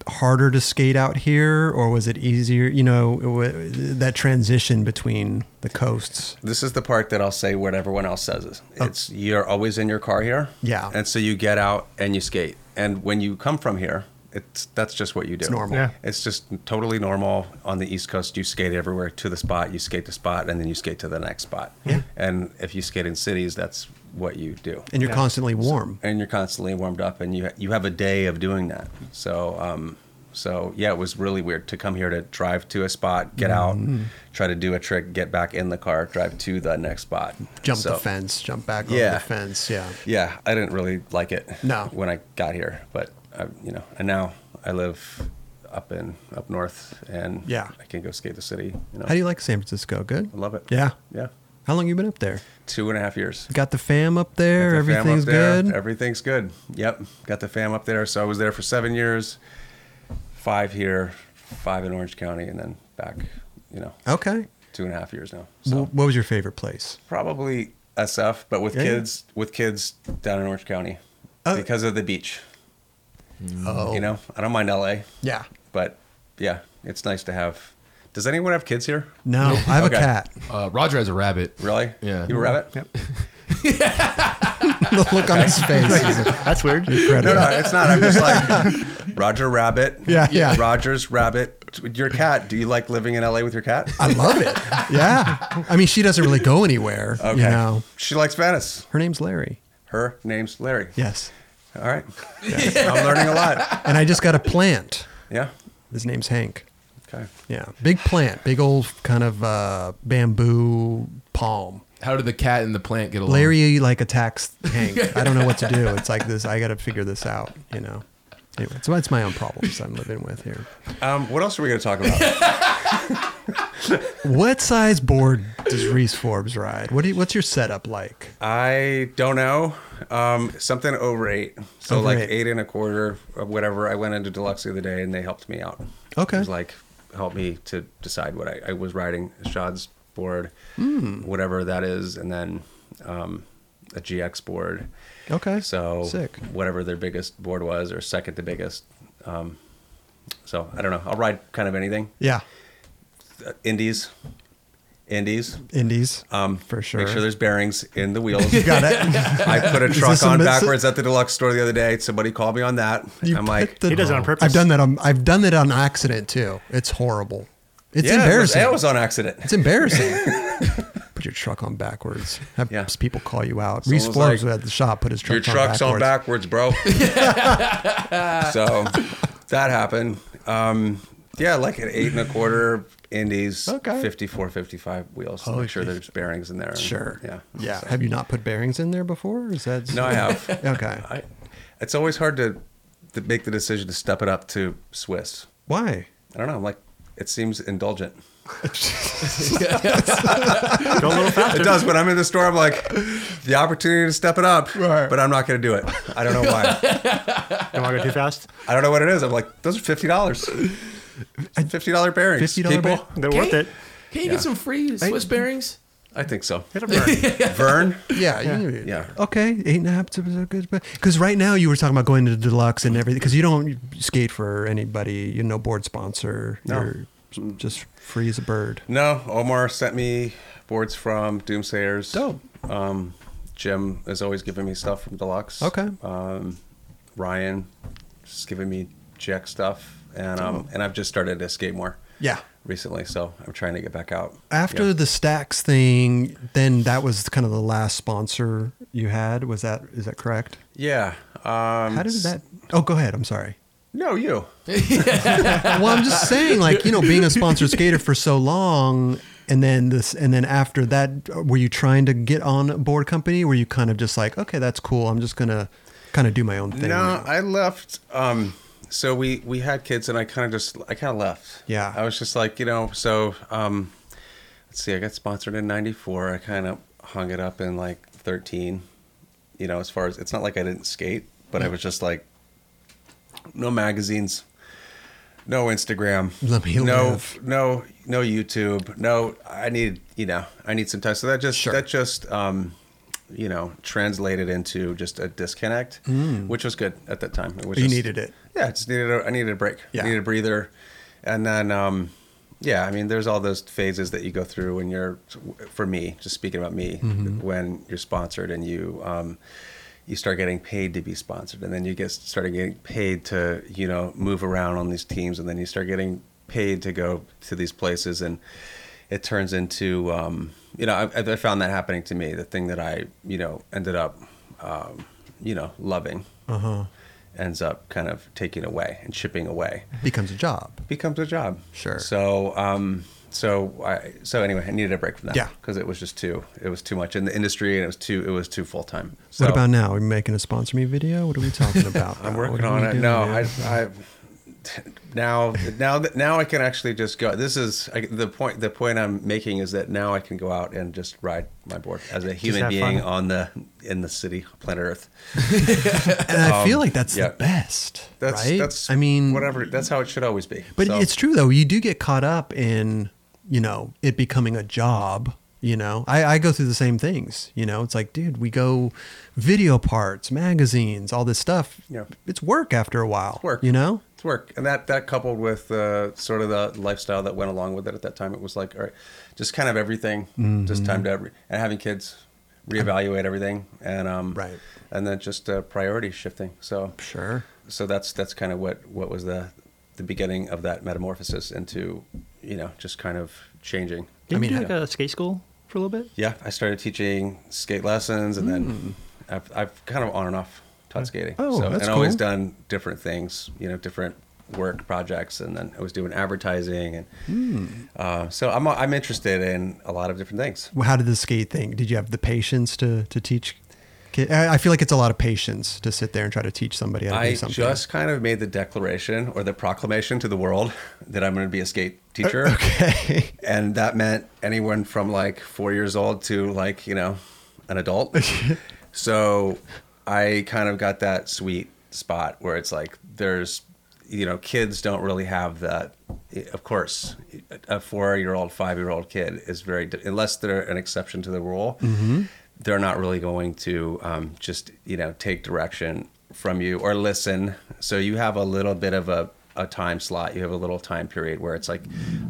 harder to skate out here, or was it easier? You know, w- that transition between the coasts. this is the part that I'll say what everyone else says is it's you're always in your car here. Yeah. And so you get out and you skate. And when you come from here, it's that's just what you do. It's normal. Yeah. It's just totally normal on the East Coast. You skate everywhere to the spot, you skate the spot, and then you skate to the next spot. Yeah. And if you skate in cities, that's what you do. And you're constantly warm. And you're constantly warmed up, and you you have a day of doing that. So um, so yeah, it was really weird to come here to drive to a spot, get Mm-hmm. out, try to do a trick, get back in the car, drive to the next spot, Jump So, the fence, jump back over Yeah. the fence. Yeah. Yeah, I didn't really like it. No. when I got here, but I, you know, and now I live up in up north, and Yeah. I can go skate the city. You know, How do you like San Francisco? Good. I love it. Yeah. yeah. How long you been up there? Two and a half years. Got the fam up there. Got the fam up Everything's there. good. Everything's good. Yep. Got the fam up there. So I was there for seven years, five here, five in Orange County, and then back, you know, okay. two and a half years now. So Wh- What was your favorite place? probably SF, but with Yeah, yeah. kids, with kids down in Orange County Oh. because of the beach. Oh, You know, I don't mind LA, yeah. but yeah, it's nice to have. Does anyone have kids here? No, I have Okay. a cat. Uh, Roger has a rabbit. Really? Yeah. You a rabbit? Yep. the look on his face is That's weird. No, no, it's not. I'm just like Roger Rabbit. Yeah, yeah. Roger's Rabbit. Your cat. Do you like living in LA with your cat? I love it. Yeah. I mean, she doesn't really go anywhere. You know, She likes Venice. her name's Larry. Her name's Larry. Yes. All right. I'm learning a lot. And I just got a plant. Yeah. His name's Hank. Okay. Yeah. Big plant, big old kind of uh, bamboo palm. How did the cat and the plant get along? Larry like attacks Hank. I don't know what to do. It's like this. I got to figure this out, you know. Anyway, so that's my own problems I'm living with here. Um, what else are we going to talk about? What size board does Reese Forbes ride? What do you, what's your setup like? I don't know. Um, something over eight. So Over like eight. eight. and a quarter or whatever. I went into Deluxe the other day and they helped me out. Okay. It was like helped me to decide what I, I was riding. Shad's board, Hmm. whatever that is, and then um, a GX board. Okay. So sick. whatever their biggest board was or second to biggest. Um, so I don't know. I'll ride kind of anything. Yeah. Uh, indies, indies. Indies. Um, for sure. Make sure there's bearings in the wheels. got it. I put a truck this a on mis- backwards at the deluxe store the other day. Somebody called me on that. You I'm put like, the- He does it on purpose. I've done that on I've done that on accident too. It's horrible. It's yeah, embarrassing. That was on accident. it's embarrassing. put your truck on backwards. Have Yeah. people call you out. Reese was Forbes like, at the shop put his truck Your truck's on on backwards. backwards, bro. so that happened. Um, yeah, like an eight and a quarter indies, Okay. 54, 55 wheels. Holy make sure shit. there's bearings in there. and- Sure. Yeah. Yeah. So- Have you not put bearings in there before? Or Is that No, I have. Okay. I, it's always hard to, to make the decision to step it up to Swiss. Why? I don't know. I'm like, it seems indulgent. Go a little faster. It does. When I'm in the store, I'm like, the opportunity to step it up, Right. but I'm not going to do it. I don't know why. Don't want to go too fast. I don't know what it is. I'm like, those are fifty dollars. Fifty dollar bearings. $50 people. bear- They're Can worth you- it. Can you get some free Swiss bearings? I think so. Hit a burn. Vern. Yeah, You, Yeah. Okay, eight and a half to a good, because right now you were talking about going to the deluxe and everything. Because you don't skate for anybody, you know, board sponsor. No. You're just free as a bird. No, Omar sent me boards from Doomsayers. Dope. Um, Jim is always giving me stuff from Deluxe. Okay. Um, Ryan is giving me Jack stuff, and um, and I've just started to skate more. Yeah. Recently, so I'm trying to get back out. After Yeah. the stacks thing, then that was kind of the last sponsor you had. Was that is that correct? Yeah. Um, How did that? Oh, go ahead. I'm sorry. No, you. well, I'm just saying, like you know, being a sponsored skater for so long, and then this, and then after that, were you trying to get on a board company? Were you kind of just like, okay, that's cool. I'm just gonna kind of do my own thing. No, I left. Um, so we we had kids, and I kind of just I kind of left. Yeah. I was just like you know. So um, let's see. I got sponsored in '94. I kind of hung it up in like 13. You know, as far as it's not like I didn't skate, but I was just like, no magazines, no Instagram, Let me no live. no no YouTube, no. I need you know I need some time. So that just that just um, you know translated into just a disconnect, which was good at that time. It was Mm. you just- needed it. yeah, I just needed a, I needed a break. Yeah. I needed a breather. And then, um, yeah, I mean, there's all those phases that you go through when you're, for me, just speaking about me, when you're sponsored and you, um, you start getting paid to be sponsored, and then you get started getting paid to, you know, move around on these teams, and then you start getting paid to go to these places, and it turns into, um, you know, I, I found that happening to me. The thing that I, you know, ended up, um, you know, loving ends up kind of taking away and chipping away Becomes a job. becomes a job Sure. so um so I so anyway, I needed a break from that. Yeah. because it was just too it was too much in the industry and it was too it was too full time. So What about now? Are we making a sponsor me video? What are we talking about? I'm now? What working are on we it. doing, no, man? I, I now now that- now I can actually just go. This is I, the point. The point I'm making is that now I can go out and just ride my board as a human have being fun. on the in the city planet Earth. and I feel like that's um, yeah. the best. That's right? that's I mean, whatever. That's how it should always be. But So- it's true though. You do get caught up in you know it becoming a job. You know, I, I go through the same things. You know, it's like, dude, we go video parts, magazines, all this stuff. Yeah. it's work after a while. work. You know, It's work, and that that coupled with uh, sort of the lifestyle that went along with it at that time, it was like all right, just kind of everything, just Mm-hmm. time to every, and having kids, reevaluate everything, and um, Right. and then just uh, priority shifting. So sure. so that's that's kind of what what was the the beginning of that metamorphosis into you know just kind of changing. Did mean, you I do like a skate school for a little bit? Yeah, I started teaching skate lessons, and then I've, I've kind of on and off taught skating. Hmm. Oh, so, that's and always cool. done different things, you know, different work projects, and then I was doing advertising, and Hmm. uh, so I'm I'm interested in a lot of different things. Well, How did the skate thing? Did you have the patience to to teach? Kid? I I feel like it's a lot of patience to sit there and try to teach somebody how to I do something. just kind of made the declaration or the proclamation to the world that I'm going to be a skate teacher. Uh, okay. and that meant anyone from like four years old to like you know an adult so i kind of got that sweet spot where it's like there's you know kids don't really have that of course a four-year-old five-year-old kid is very di- unless they're an exception to the rule they're not really going to um, just you know take direction from you or listen so you have a little bit of a a time slot you have a little time period where it's like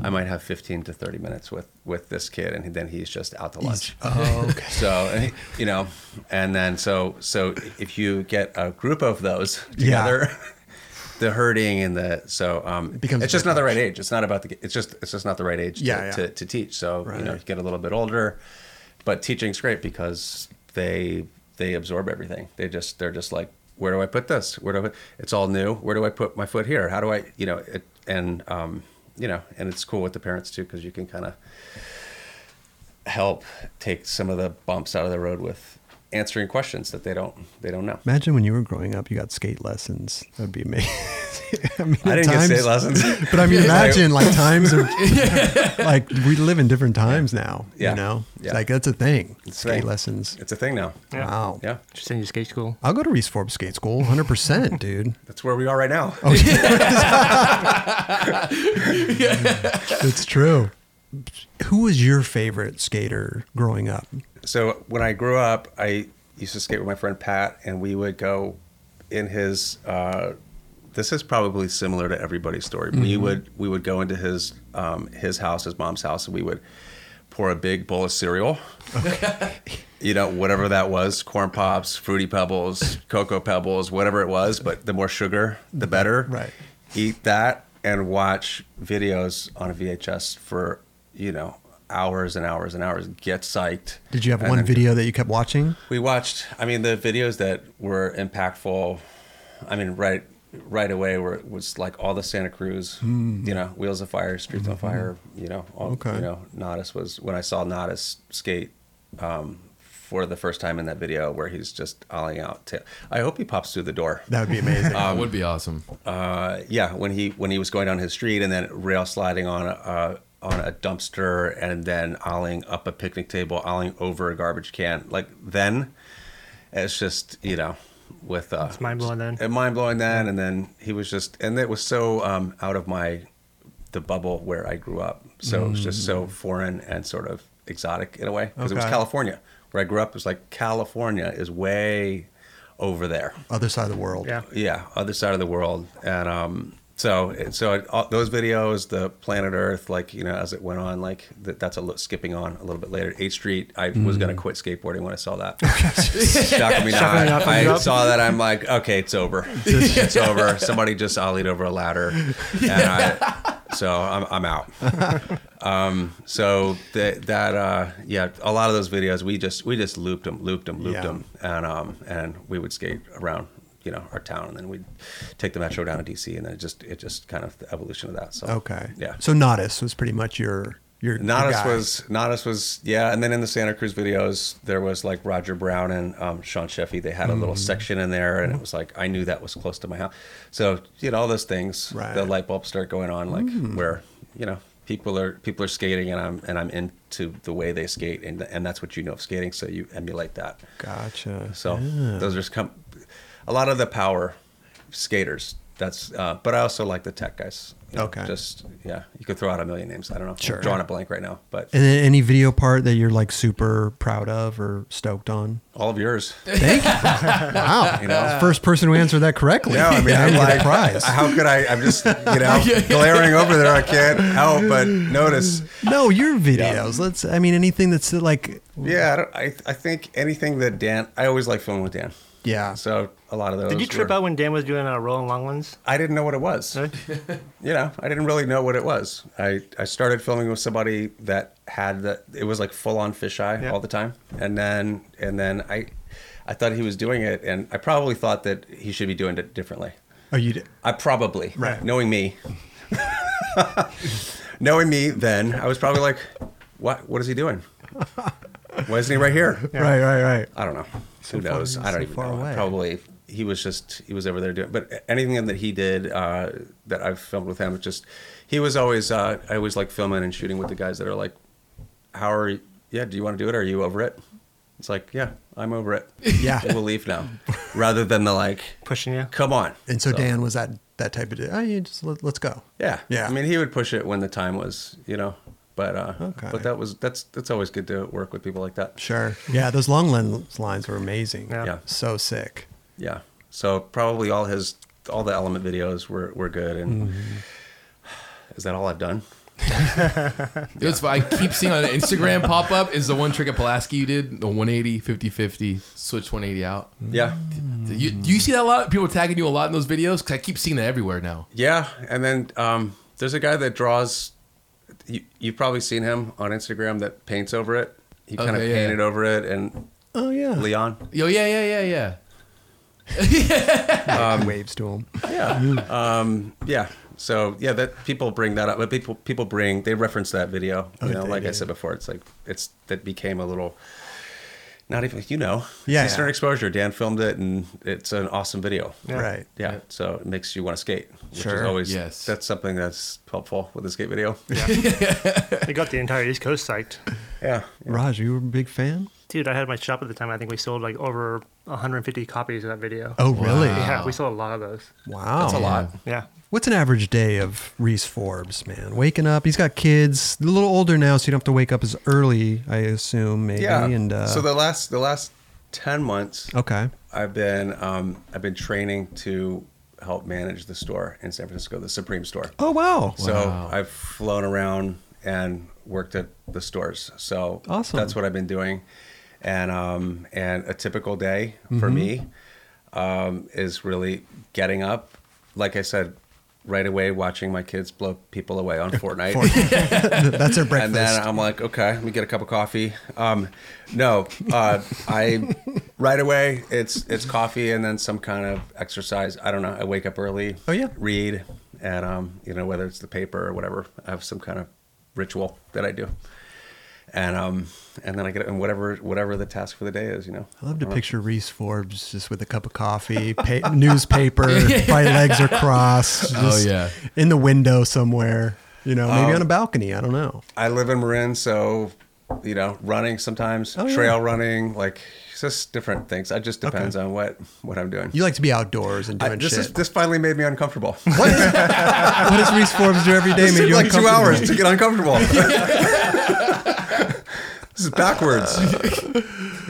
i might have 15 to 30 minutes with with this kid and then he's just out to lunch Oh, okay. so and he- you know and then so so if you get a group of those Yeah. together the hurting and the so um it becomes it's just not the very right age it's not about the it's just it's just not the right age Yeah, to, yeah. To, to teach so you know Right. you get a little bit older but teaching's great because they they absorb everything they just they're just like where do i put this where do i it's all new where do i put my foot here how do i you know it and um you know and it's cool with the parents too because you can kind of help take some of the bumps out of the road with answering questions that they don't they don't know. Imagine when you were growing up, you got skate lessons. That'd be amazing. I, mean, I at didn't get times- state lessons. But I mean, imagine like times are like we live in different times now. Yeah. You know, It's Yeah. like that's a thing. skate thing. lessons. it's a thing now. Yeah. Wow. Yeah, Just send you to skate school. I'll go to Reese Forbes Skate School, 100, percent dude. that's where we are right now. It's true. Who was your favorite skater growing up? So when I grew up, I used to skate with my friend Pat, and we would go in his. Uh, this is probably similar to everybody's story. We would we would go into his um, his house, his mom's house, and we would pour a big bowl of cereal. you know, whatever that was, corn pops, fruity pebbles, cocoa pebbles, whatever it was, but the more sugar, the better. Right. Eat that and watch videos on a VHS for, you know, hours and hours and hours. Get psyched. Did you have And one then- video that you kept watching? we watched. I mean, the videos that were impactful. I mean, right right away were was like all the Santa Cruz, you know, Wheels of Fire, Streets on Fire, you know, all, Hmm. Mm-hmm. Okay. you know, Nodis was when I saw Nodis skate um, for the first time in that video where he's just ollieing out. To, I hope he pops through the door. That would be amazing. That would be awesome. Uh, yeah, when he when he was going down his street and then rail sliding on a uh, on a dumpster and then ollieing up a picnic table, ollieing over a garbage can. Like then, it's just you know, with uh, it's mind-blowing then. mind blowing then, and then he was just and it was so um, out of my the bubble where I grew up. So it was just so foreign and sort of exotic in a way because it was Okay. California where I grew up. It was like California is way over there Other side of the world. Yeah. yeah other side of the world and um so so it, all, those videos the planet earth like you know as it went on like that, that's a little skipping on a little bit later 8th street i was going to quit skateboarding when i saw that Shock me not. Mm. me not thumbs i up. saw that i'm like okay it's over it's over somebody just ollied over a ladder and I, so i'm, I'm out Um, so that that uh yeah a lot of those videos we just we just looped them looped them looped Yeah. them and um and we would skate around you know our town and then we'd take the metro down to dc and then it just it just kind of the evolution of that so Okay. yeah So Nodis was pretty much your You're the Nadas guy. was Nadas was yeah, and then in the Santa Cruz videos there was like Roger Brown and um, Sean Sheffy. They had a Mm-hmm. little section in there, and it was like I knew that was close to my house. So you know all those things, Right. Mm. the light bulbs start going on, like where you know people are people are skating, and I'm and I'm into the way they skate, and and that's what you know of skating, so you emulate that. Gotcha. So those are just come a lot of the power skaters. That's uh, but I also like the tech guys. you know, Okay. Just yeah, you could throw out a million names. I don't know. Sure. I'm drawing a blank right now, but And then any video part that you're like super proud of or stoked on? all of yours. Wow. You know? First person who answered that correctly. No, I mean I'm Get a like, prize. how could I? I'm just you know glaring over there. I can't help but notice. No, your videos. Let's. I mean, anything that's like, Yeah, I, don't, I I think anything that Dan. I always like filming with Dan. yeah. So a lot of those. Did you trip were- out when Dan was doing uh, rolling long ones? I didn't know what it was. Really? you know, I didn't really know what it was. I, I started filming with somebody that had the it was like full on fisheye Yeah. all the time, and then and then I I thought he was doing it, and I probably thought that he should be doing it differently. Oh, you did. I probably Right. knowing me, knowing me then I was probably like, what what is he doing? Why isn't he right here? Right, right, right. I don't know. far- Who knows? I so don't even far know. away. Probably he was just he was over there doing. But anything that he did uh, that I've filmed with him, it's just he was always uh, I always like filming and shooting with the guys that are like, how are you? Yeah, do you want to do it? Are you over it? It's like yeah, I'm over it. Yeah. we'll leave now. Rather than the like, Pushing you? come on. And so, Dan was that that type of dude. Oh, you just let, let's go. Yeah, Yeah. I mean, he would push it when the time was, you know. But uh, Okay. but that was that's that's always good to work with people like that. Sure. Yeah, those long lens lines were amazing. Yeah. Yeah. So sick. Yeah. So probably all his all the element videos were were good and Mm-hmm. is that all I've done? Dude, It's what I keep seeing on Instagram pop up is the one trick at Pulaski you did the 180 50 50 switch 180 out. Mm-hmm. Yeah. Do you, do you see that a lot? People tagging you a lot in those videos because I keep seeing that everywhere now. Yeah, and then um there's a guy that draws you, you've probably seen him on Instagram that paints over it. He kind of Okay, yeah. painted over it and Oh yeah. Leon. Yo, yeah, yeah, yeah, yeah. Um, waves to him. Yeah. So yeah, that people bring that up, but people people bring they reference that video. Oh, You know, they like I do. said before, it's like it's that became a little not even you know Yeah, Eastern yeah. exposure. Dan filmed it, and it's an awesome video. Right. Yeah, so it makes you want to skate, which Sure. is always Yes. that's something that's helpful with a skate video. Yeah, They got the entire East Coast psyched. yeah, Raj, you were a big fan. Dude, I had my shop at the time. I think we sold like over 150 copies of that video. Oh really? Yeah, we sold a lot of those. Wow. that's a lot. Yeah. What's an average day of Reese Forbes, man? Waking up, he's got kids, a little older now, so you don't have to wake up as early, I assume, maybe. Yeah, And uh, Oh. so the last the last ten months, okay, I've been um, I've been training to help manage the store in San Francisco, the Supreme store. oh wow, So I've flown around and worked at the stores. So Awesome. that's what I've been doing. And um, and a typical day Mm-hmm. for me um, is really getting up, like I said, right away, watching my kids blow people away on Fortnite. that's our breakfast. And then uh, I'm like, okay, let me get a cup of coffee. Um, no, uh, I right away it's it's coffee and then some kind of exercise. I don't know. I wake up early. Oh, yeah. Read and um, you know whether it's the paper or whatever. I have some kind of ritual that I do. And um, and then I get and whatever whatever the task for the day is, you know. I love to picture Reese Forbes just with a cup of coffee, pa- newspaper, my legs are crossed. Oh, just yeah. in the window somewhere. You know, Um, maybe on a balcony. I don't know. I live in Marin, so you know, running sometimes, Oh, yeah. trail running, like it's just different things. It just depends on what what I'm doing. You like to be outdoors and doing I, this shit. is this finally made me uncomfortable. what, is, what does Reese Forbes do every day? It man? took You're like two uncomfortable. hours to get uncomfortable. this is backwards. Uh,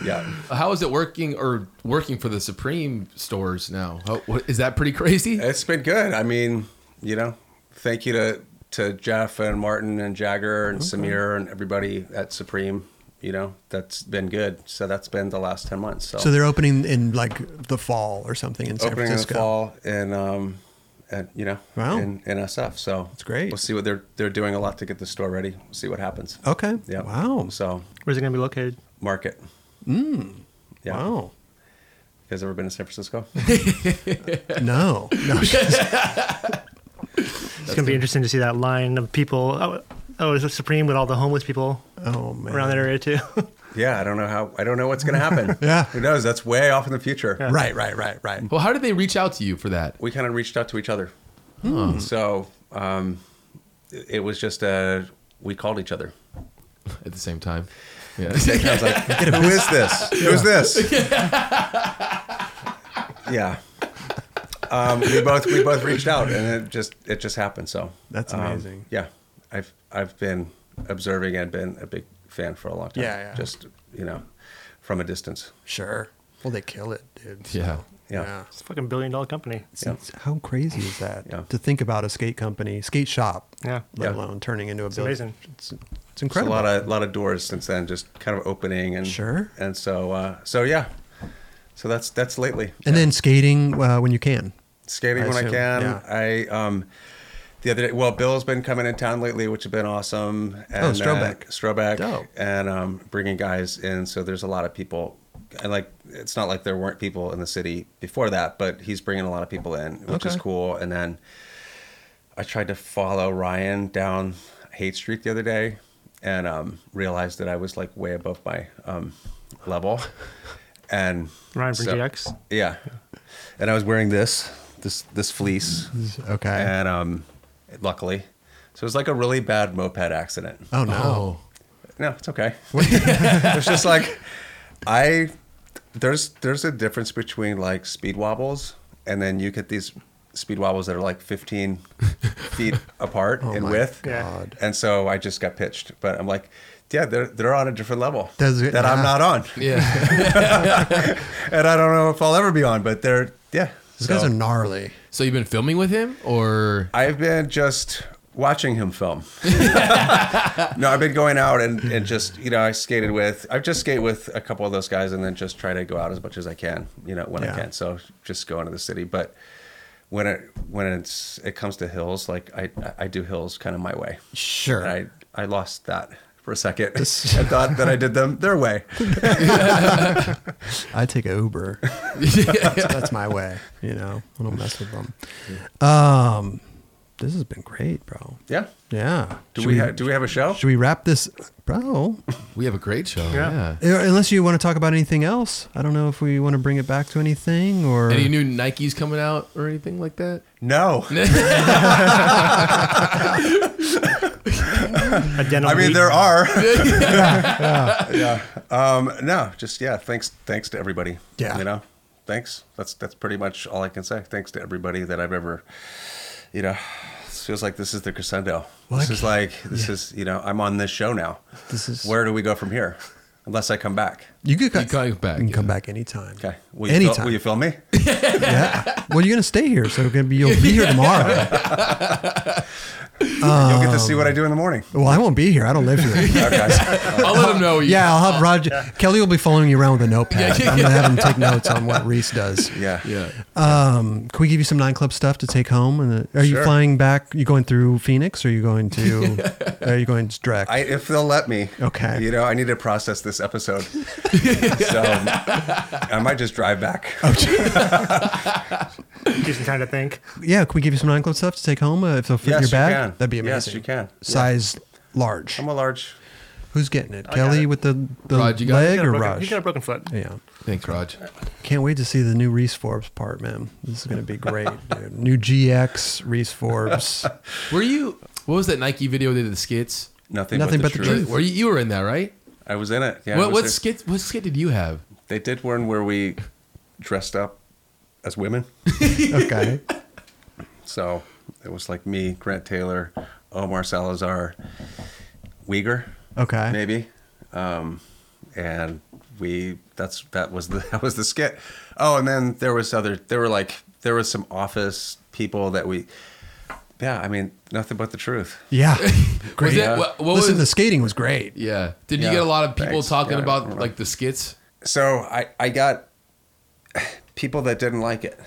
yeah. How is it working or working for the Supreme stores now? How, what, is that pretty crazy? It's been good. I mean, you know, thank you to to Jeff and Martin and Jagger and Samir and everybody at Supreme. You know, that's been good. So that's been the last ten months. So, So they're opening in like the fall or something in San opening in the Francisco. fall and um and you know Wow. in, in SF. So That's great. We'll see what they're they're doing a lot to get the store ready. We'll see what happens. Okay. Yeah. Wow. So Where's it going to be located? market. Mm. Yeah. Wow. You guys ever been to San Francisco? No. No. It's going to be interesting to see that line of people. Oh, Oh, is it Supreme with all the homeless people Oh man. around that area too? Yeah, I don't know how. I don't know what's going to happen. Yeah. who knows? That's way off in the future. Right, right, right, right. Well, how did they reach out to you for that? We kind of reached out to each other. Hmm. So um, it it was just uh, we called each other. At the same time, yeah. I was like, who is this? Who's this? yeah. Um, we both we both reached out, and it just it just happened. So That's um, amazing. yeah, I've I've been observing and been a big fan for a long time. Yeah, yeah. Just you know, from a distance. Sure. Well, they kill it, dude. so, Yeah. Yeah. It's a fucking billion dollar company. Yeah. It's- How crazy is that Yeah. to think about a skate company, skate shop, Yeah. let Yeah. alone turning into a building? amazing. It's, it's There's a incredible. lot of lot of doors since then, just kind of opening and Sure. And so uh, so yeah, so that's that's lately. and then skating uh, when you can. skating I when I assume, can. yeah. I um the other day. Well, Bill's been coming in town lately, which has been awesome. And, uh, Oh, Strobeck. Strobeck, Dope. and um, bringing guys in. So there's a lot of people. And like, it's not like there weren't people in the city before that, but he's bringing a lot of people in, which is Okay. cool. And then I tried to follow Ryan down Hate Street the other day, and um, realized that I was like way above my um, level. And Ryan from so- GX. yeah. And I was wearing this, this this fleece. Okay. And um luckily. So it was like a really bad moped accident. oh no. No, it's okay. it's just like I there's there's a difference between like speed wobbles and then you get these speed wobbles that are like 15 feet apart in Oh my width. God. And so I just got pitched, but I'm like yeah, they're, they're on a different level That's it, that I'm yeah. not on. yeah. And I don't know if I'll ever be on, but they're, yeah. These So- guys are gnarly. So you've been filming with him, or I've been just watching him film. no, I've been going out and, and just, you know, I skated with, I've just skated with a couple of those guys and then just try to go out as much as I can, you know, when Yeah. I can. So just go into the city. But when it, when it's, it comes to hills, like I, I do hills kind of my way. Sure. And I, I lost that for a second. I thought that I did them their way. I take a Uber. that's, that's my way. You know, I don't mess with them. Um, this has been great, bro. Yeah. Yeah. Do Should we, ha- do we have a show? Should we wrap this, bro? we have a great show. Yeah. Uh, Unless you want to talk about anything else, I don't know if we want to bring it back to anything or. Any new Nikes coming out or anything like that? no. A denim I mean, week. there are. yeah. Um, no, just yeah. Thanks, thanks to everybody. Yeah. You know, thanks. That's that's pretty much all I can say. Thanks to everybody that I've ever, you know, it feels like this is the crescendo. Well, this I is ca- like this is you know I'm on this show now. This is- where do we go from here? Unless I come back. You could You come back, You can yeah. come back anytime. Okay. Will you anytime. Fil- will you film me? yeah. Well, you're gonna stay here, so you're gonna be you'll be here tomorrow. You'll get to see what Um, I do in the morning. Well, I won't be here. I don't live here. Okay. I'll let him know. You, Yeah, I'll have Roger. Kelly will be following you around with a notepad. I'm gonna have him take notes on what Reese does. yeah. Yeah. Um, can we give you some nine club stuff to take home? And uh, are you Sure. flying back? You going through Phoenix? Or are you going to? are you going to direct? I, if they'll let me. Okay. You know, I need to process this episode. so I might just drive back. Give some time to think. yeah, can we give you some nine club stuff to take home? Uh, if they'll fit Yes, in your you bag, can. that'd be amazing. Yes, you can. Size large. I'm a large. Who's getting it? Kelly it. with the the Raj, you got it? leg He's got a or broken- Raj? he's got a broken foot. Yeah. Thanks, Raj. Can't wait to see the new Reese Forbes part, man. This is gonna be great, dude. New GX Reese Forbes. Were you? What was that Nike video? They did the skits. Nothing, Nothing but, the, truth. Were you? You were in that, right? I was in it. Yeah. I what was what there. skit? What skit did you have? They did one where we dressed up as women. Okay. So it was like me, Grant Taylor, Omar Salazar, Uyghur, Okay. maybe, um, and we. That's that was the that was the skit. Oh, and then there was other. There were like there was some office people that we. Yeah, I mean, nothing but the truth. Yeah. Was Great. that, what, what Listen, was the skating was great. Yeah. Did you Yeah, get a lot of people thanks. talking Yeah, I about remember. like the skits? So I I got people that didn't like it.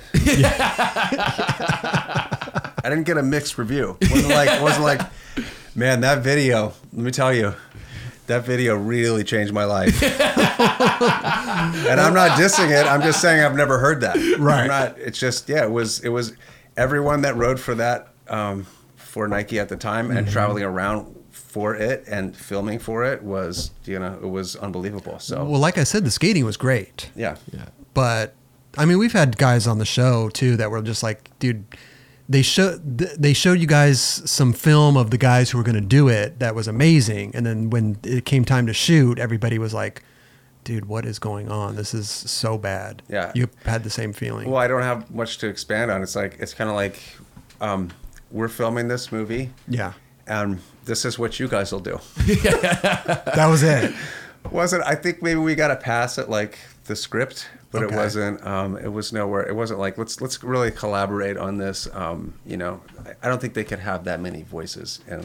I didn't get a mixed review. wasn't like wasn't like, man, that video. Let me tell you, that video really changed my life. and I'm not dissing it. I'm just saying I've never heard that. Right. I'm not. It's just yeah. It was it was everyone that rode for that um, for Nike at the time and traveling around for it and filming for it was you know it was unbelievable. So Well, like I said, the skating was great. yeah, Yeah. but I mean, we've had guys on the show too that were just like, dude, they show th- they showed you guys some film of the guys who were going to do it that was amazing, and then when it came time to shoot, everybody was like, dude, what is going on? This is so bad. Yeah. you had the same feeling. Well, I don't have much to expand on. It's like it's kind of like um, we're filming this movie, yeah, and this is what you guys will do. that was it. wasn't I think maybe we got a pass at like the script, but Okay. it wasn't. Um, it was nowhere. It wasn't like let's let's really collaborate on this. Um, you know, I, I don't think they could have that many voices in,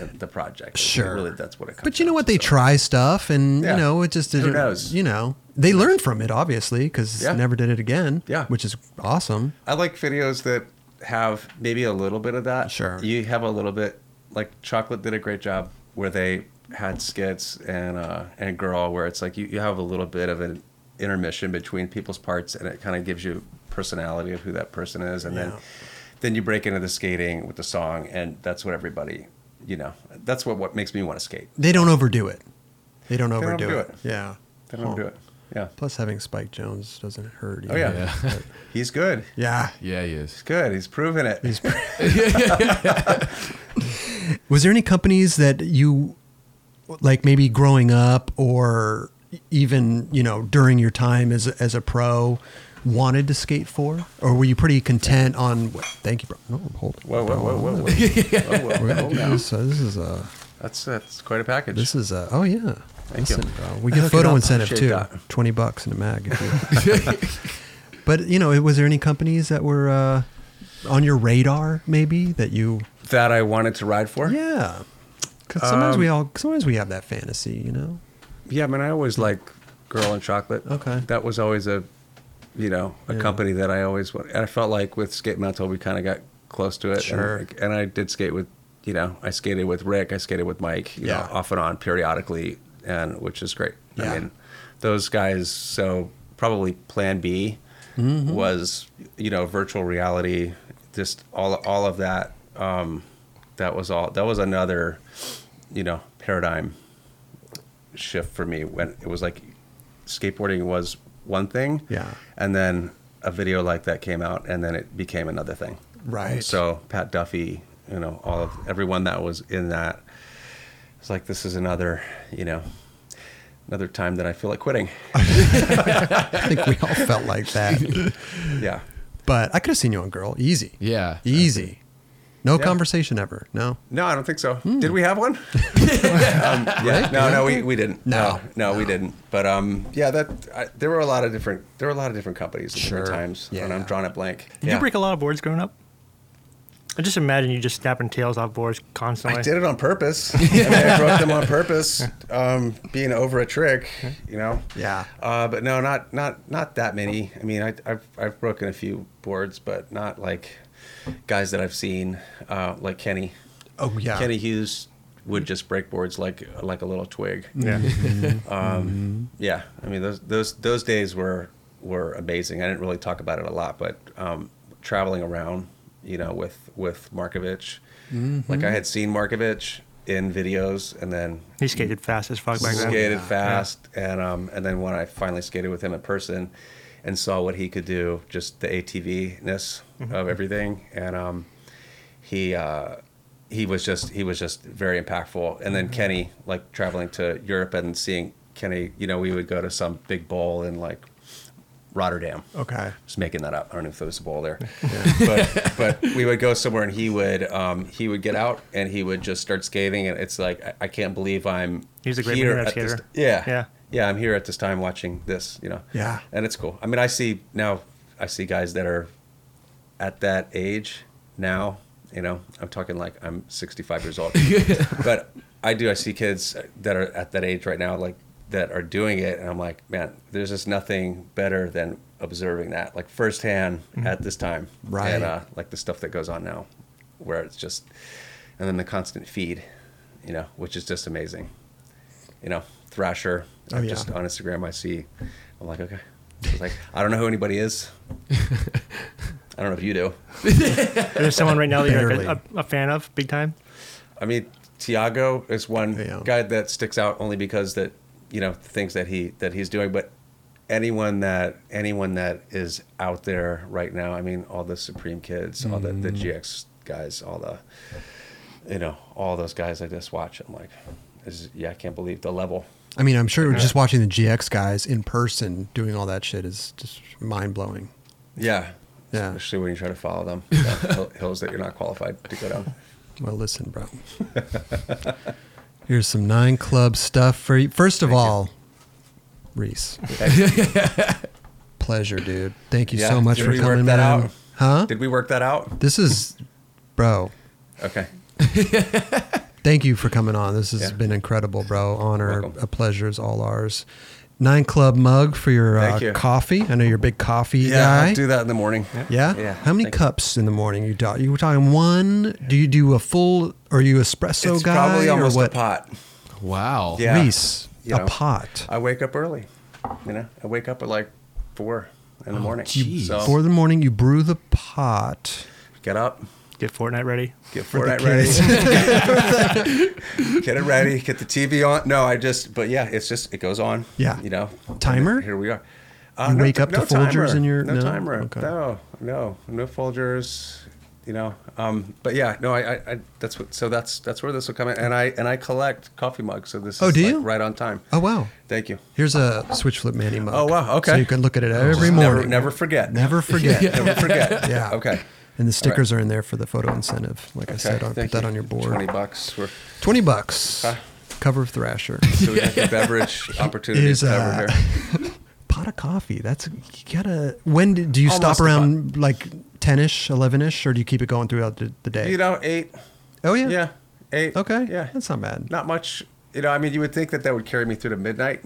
in the project. Sure. really, that's what it. Comes But you know down what? to, They so. try stuff, and Yeah. you know it just Who didn't. knows? You know they learned from it, obviously, because Yeah. never did it again. Yeah. which is awesome. I like videos that have maybe a little bit of that. Sure. You have a little bit. Like Chocolate did a great job where they had skits and uh, and Girl, where it's like you, you have a little bit of an intermission between people's parts, and it kind of gives you personality of who that person is, and then Yeah. then you break into the skating with the song, and that's what everybody, you know, that's what what makes me want to skate. They don't overdo it. They don't don't overdo do it. it. Yeah. They don't Huh. do it. Yeah. Plus, having Spike Jones doesn't hurt. Either. Oh yeah. He's good. yeah. Yeah, he is. He's good. He's proven it. He's- Was there any companies that you, like maybe growing up or even you know during your time as as a pro, wanted to skate for, or were you pretty content on? What, thank you, bro. No, hold. whoa, whoa, whoa, whoa, whoa. whoa, whoa, We're whoa, gonna do now. this. So this is a. That's that's quite a package. This is a. Oh yeah. Thank you. bro, we get Look it photo up. incentive Shave too. that. Twenty bucks in a mag. If you, but you know, was there any companies that were uh, on your radar maybe that you? that I wanted to ride for. Yeah. Because sometimes Um, we all sometimes we have that fantasy, you know. yeah. I mean, I always like Girl and Chocolate. Okay. that was always a, you know, a Yeah. company that I always wanted. And I felt like with Skate Mental, we kind of got close to it. and- Sure. And, I did skate with, you know, I skated with Rick, I skated with Mike, you Yeah. know, off and on periodically, and which is great. Yeah. I mean, those guys. So probably Plan B Mm-hmm. was, you know, virtual reality, just all all of that. Um, that was all. That was another, you know, paradigm shift for me when it was like skateboarding was one thing. Yeah. And then a video like that came out and then it became another thing. Right. So Pat Duffy, you know, all of everyone that was in that it's like this is another, you know, another time that I feel like quitting. I think we all felt like that. Yeah. But I could have seen you on Girl, easy. Yeah. Easy. No Yeah. conversation ever. No. No, I don't think so. Did we have one? um, yeah. No, no, we, we didn't. No. no, we didn't. But um, yeah, that I, there were a lot of different there were a lot of different companies at different Sure. times, Yeah. and I'm drawing a blank. Did yeah. you break a lot of boards growing up? I just imagine you just snapping tails off boards constantly. I did it on purpose. I, mean, I broke them on purpose, um, being over a trick, you know. Yeah. Uh, but no, not not not that many. I mean, I, I've I've broken a few boards, but not like guys that I've seen, uh, like Kenny. Oh yeah. Kenny Hughes would just break boards like like a little twig. Um, Yeah. Yeah, I mean those those those days were were amazing. I didn't really talk about it a lot, but um, traveling around, you know, with with Markovich, like I had seen Markovich in videos, and then he skated fast as fuck back then. skated fast, and um, and then when I finally skated with him in person, and saw what he could do, just the ATV ness Mm-hmm. of everything, and um, he uh, he was just he was just very impactful. And then Mm-hmm. Kenny, like traveling to Europe and seeing Kenny, you know, we would go to some big bowl in like Rotterdam Okay. just making that up. I don't know if there was a ball there, but but we would go somewhere and he would um, he would get out and he would just start skating and it's like I, I can't believe I'm He's a great internet at this- skater. yeah, Yeah. yeah. I'm here at this time watching this, you know. Yeah. and it's cool. I mean, I see now I see guys that are at that age now. You know, I'm talking like I'm 65 years old, but I do. I see kids that are at that age right now, like that are doing it, and I'm like, man, there's just nothing better than observing that, like firsthand at this time, Mm-hmm. Right. And uh, like the stuff that goes on now, where it's just, and then the constant feed, you know, which is just amazing. You know, Thrasher. Oh, I yeah. Just on Instagram, I see. I'm like, okay. It's like I don't know who anybody is. I don't know if you do. There's someone right now that you're like Barely. a, a, a fan of, big time. I mean, Tiago is one Yeah. guy that sticks out only because that you know things that he that he's doing. But anyone that anyone that is out there right now, I mean, all the Supreme kids, all the Mm. the GX guys, all the you know all those guys. I just watch. I'm like, this is, yeah, I can't believe the level. I mean, I'm sure just watching the GX guys in person doing all that shit is just mind blowing. Yeah. Yeah. Especially when you try to follow them down hill- hills that you're not qualified to go down. Well, listen, bro. Here's some nine club stuff for you. First of all, Reese, pleasure, dude. Thank you Yeah, so much did for we work coming that man. out? Huh? Did we work that out? This is, bro. Okay. Thank you for coming on. This has Yeah. been incredible, bro. Honor, Welcome. a pleasure is all ours. Nine Club mug for your uh, Thank you. coffee. I know you're a big coffee Yeah, guy. I'll do that in the morning. Yeah. Yeah, How many thank you. cups in the morning you do? You were talking one. Do you do a full? Are you espresso it's guy probably or almost a what? pot. Wow. Yeah. Reese, You a know. pot. I wake up early. You know, I wake up at like four in the morning. jeez. So Four in the morning, you brew the pot. get up, Get Fortnite ready. get Fortnite ready, get it ready, get the TV on. No, I just, but yeah, it's just it goes on. Yeah. You know, Timer? And Here we are. Uh, You wake up to Folgers timer. in your- no, no? timer. Okay. No, no, no Folgers. You know, um, but yeah, no, I, I, I, that's what. So that's that's where this will come in, and I and I collect coffee mugs, so this is Oh, do like you? right on time. Oh wow! Thank you. Here's a switch flip Manny mug. Oh, wow, okay. So you can look at it every Just morning. Never, never forget. Never forget. Never forget. Yeah. Okay. And the stickers are in there for the photo incentive. Like I said, on, put thank that you. on your board. 20, Twenty bucks for bucks. Cover of Thrasher. so we have the beverage opportunities Is, uh, covered here. pot of coffee. That's you gotta. When do, do you Almost stop a around like ten ish, eleven ish, or do you keep it going throughout the, the day? You know, eight. oh yeah. Yeah, eight. Okay. Yeah, That's not bad. not much. You know, I mean, you would think that that would carry me through to midnight,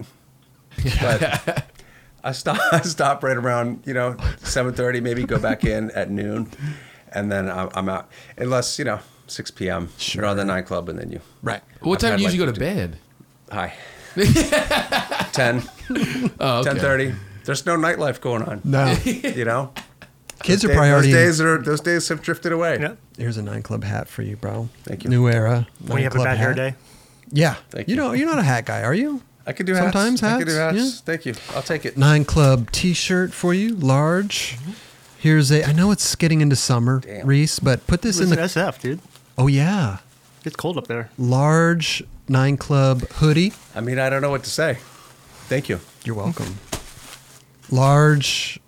but I stop. I stop right around you know seven thirty. Maybe go back in at noon, and then I'm, I'm out. Unless you know six p.m. You're on the nightclub, and then you Right. What I've time had, do you like, usually go to bed? hi. Ten. Oh, okay. Ten thirty. There's no nightlife going on. No. You know, Kids are Day- priority. Those days are those days have drifted away. Yeah. Here's a nine club hat for you, bro. Thank you. New era. When you have a nine club bad hair hat. day. Yeah. Thank you. you. know, you're not a hat guy, are you? I could do hats. Sometimes I could do hats, hats. yeah. Thank you. I'll take it. Nine club T-shirt for you, large. Here's a. I know it's getting into summer, Mm-hmm. Damn. Reese, but put this It's in in the. SF, dude. Oh yeah, It's cold up there. large nine club hoodie. I mean, I don't know what to say. Thank you. You're welcome. Mm-hmm. large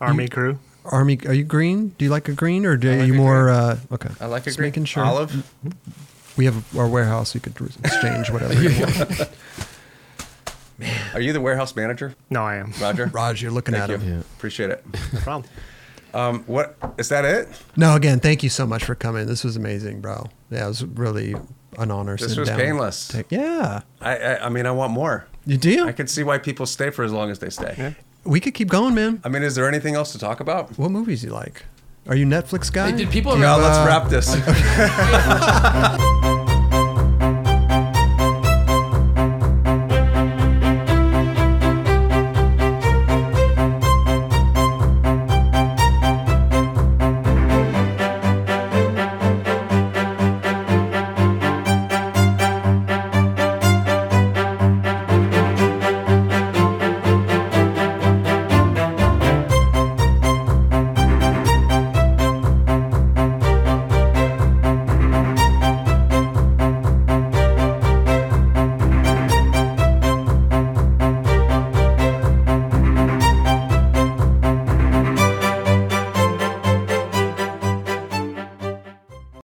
Army crew. Army, are you green? Do you like a green, or do, are you a more? Uh, okay, I like it. Just making sure. olive. We have our warehouse. You could exchange whatever. you want. Are you the warehouse manager, No, I am. Roger? Raj, you're looking at Thank you. him. Appreciate it. No problem. Um, what is that? It? No, again, thank you so much for coming. This was amazing, bro. Yeah, it was really an honor. This sitting was down. painless. Take- yeah, I, I I mean, I want more. you do. I can see why people stay for as long as they stay. Yeah. we could keep going, man. I mean, is there anything else to talk about? What movies you like? Are you Netflix guy? Hey, did people Do you ever- Well, have, let's uh, wrap this.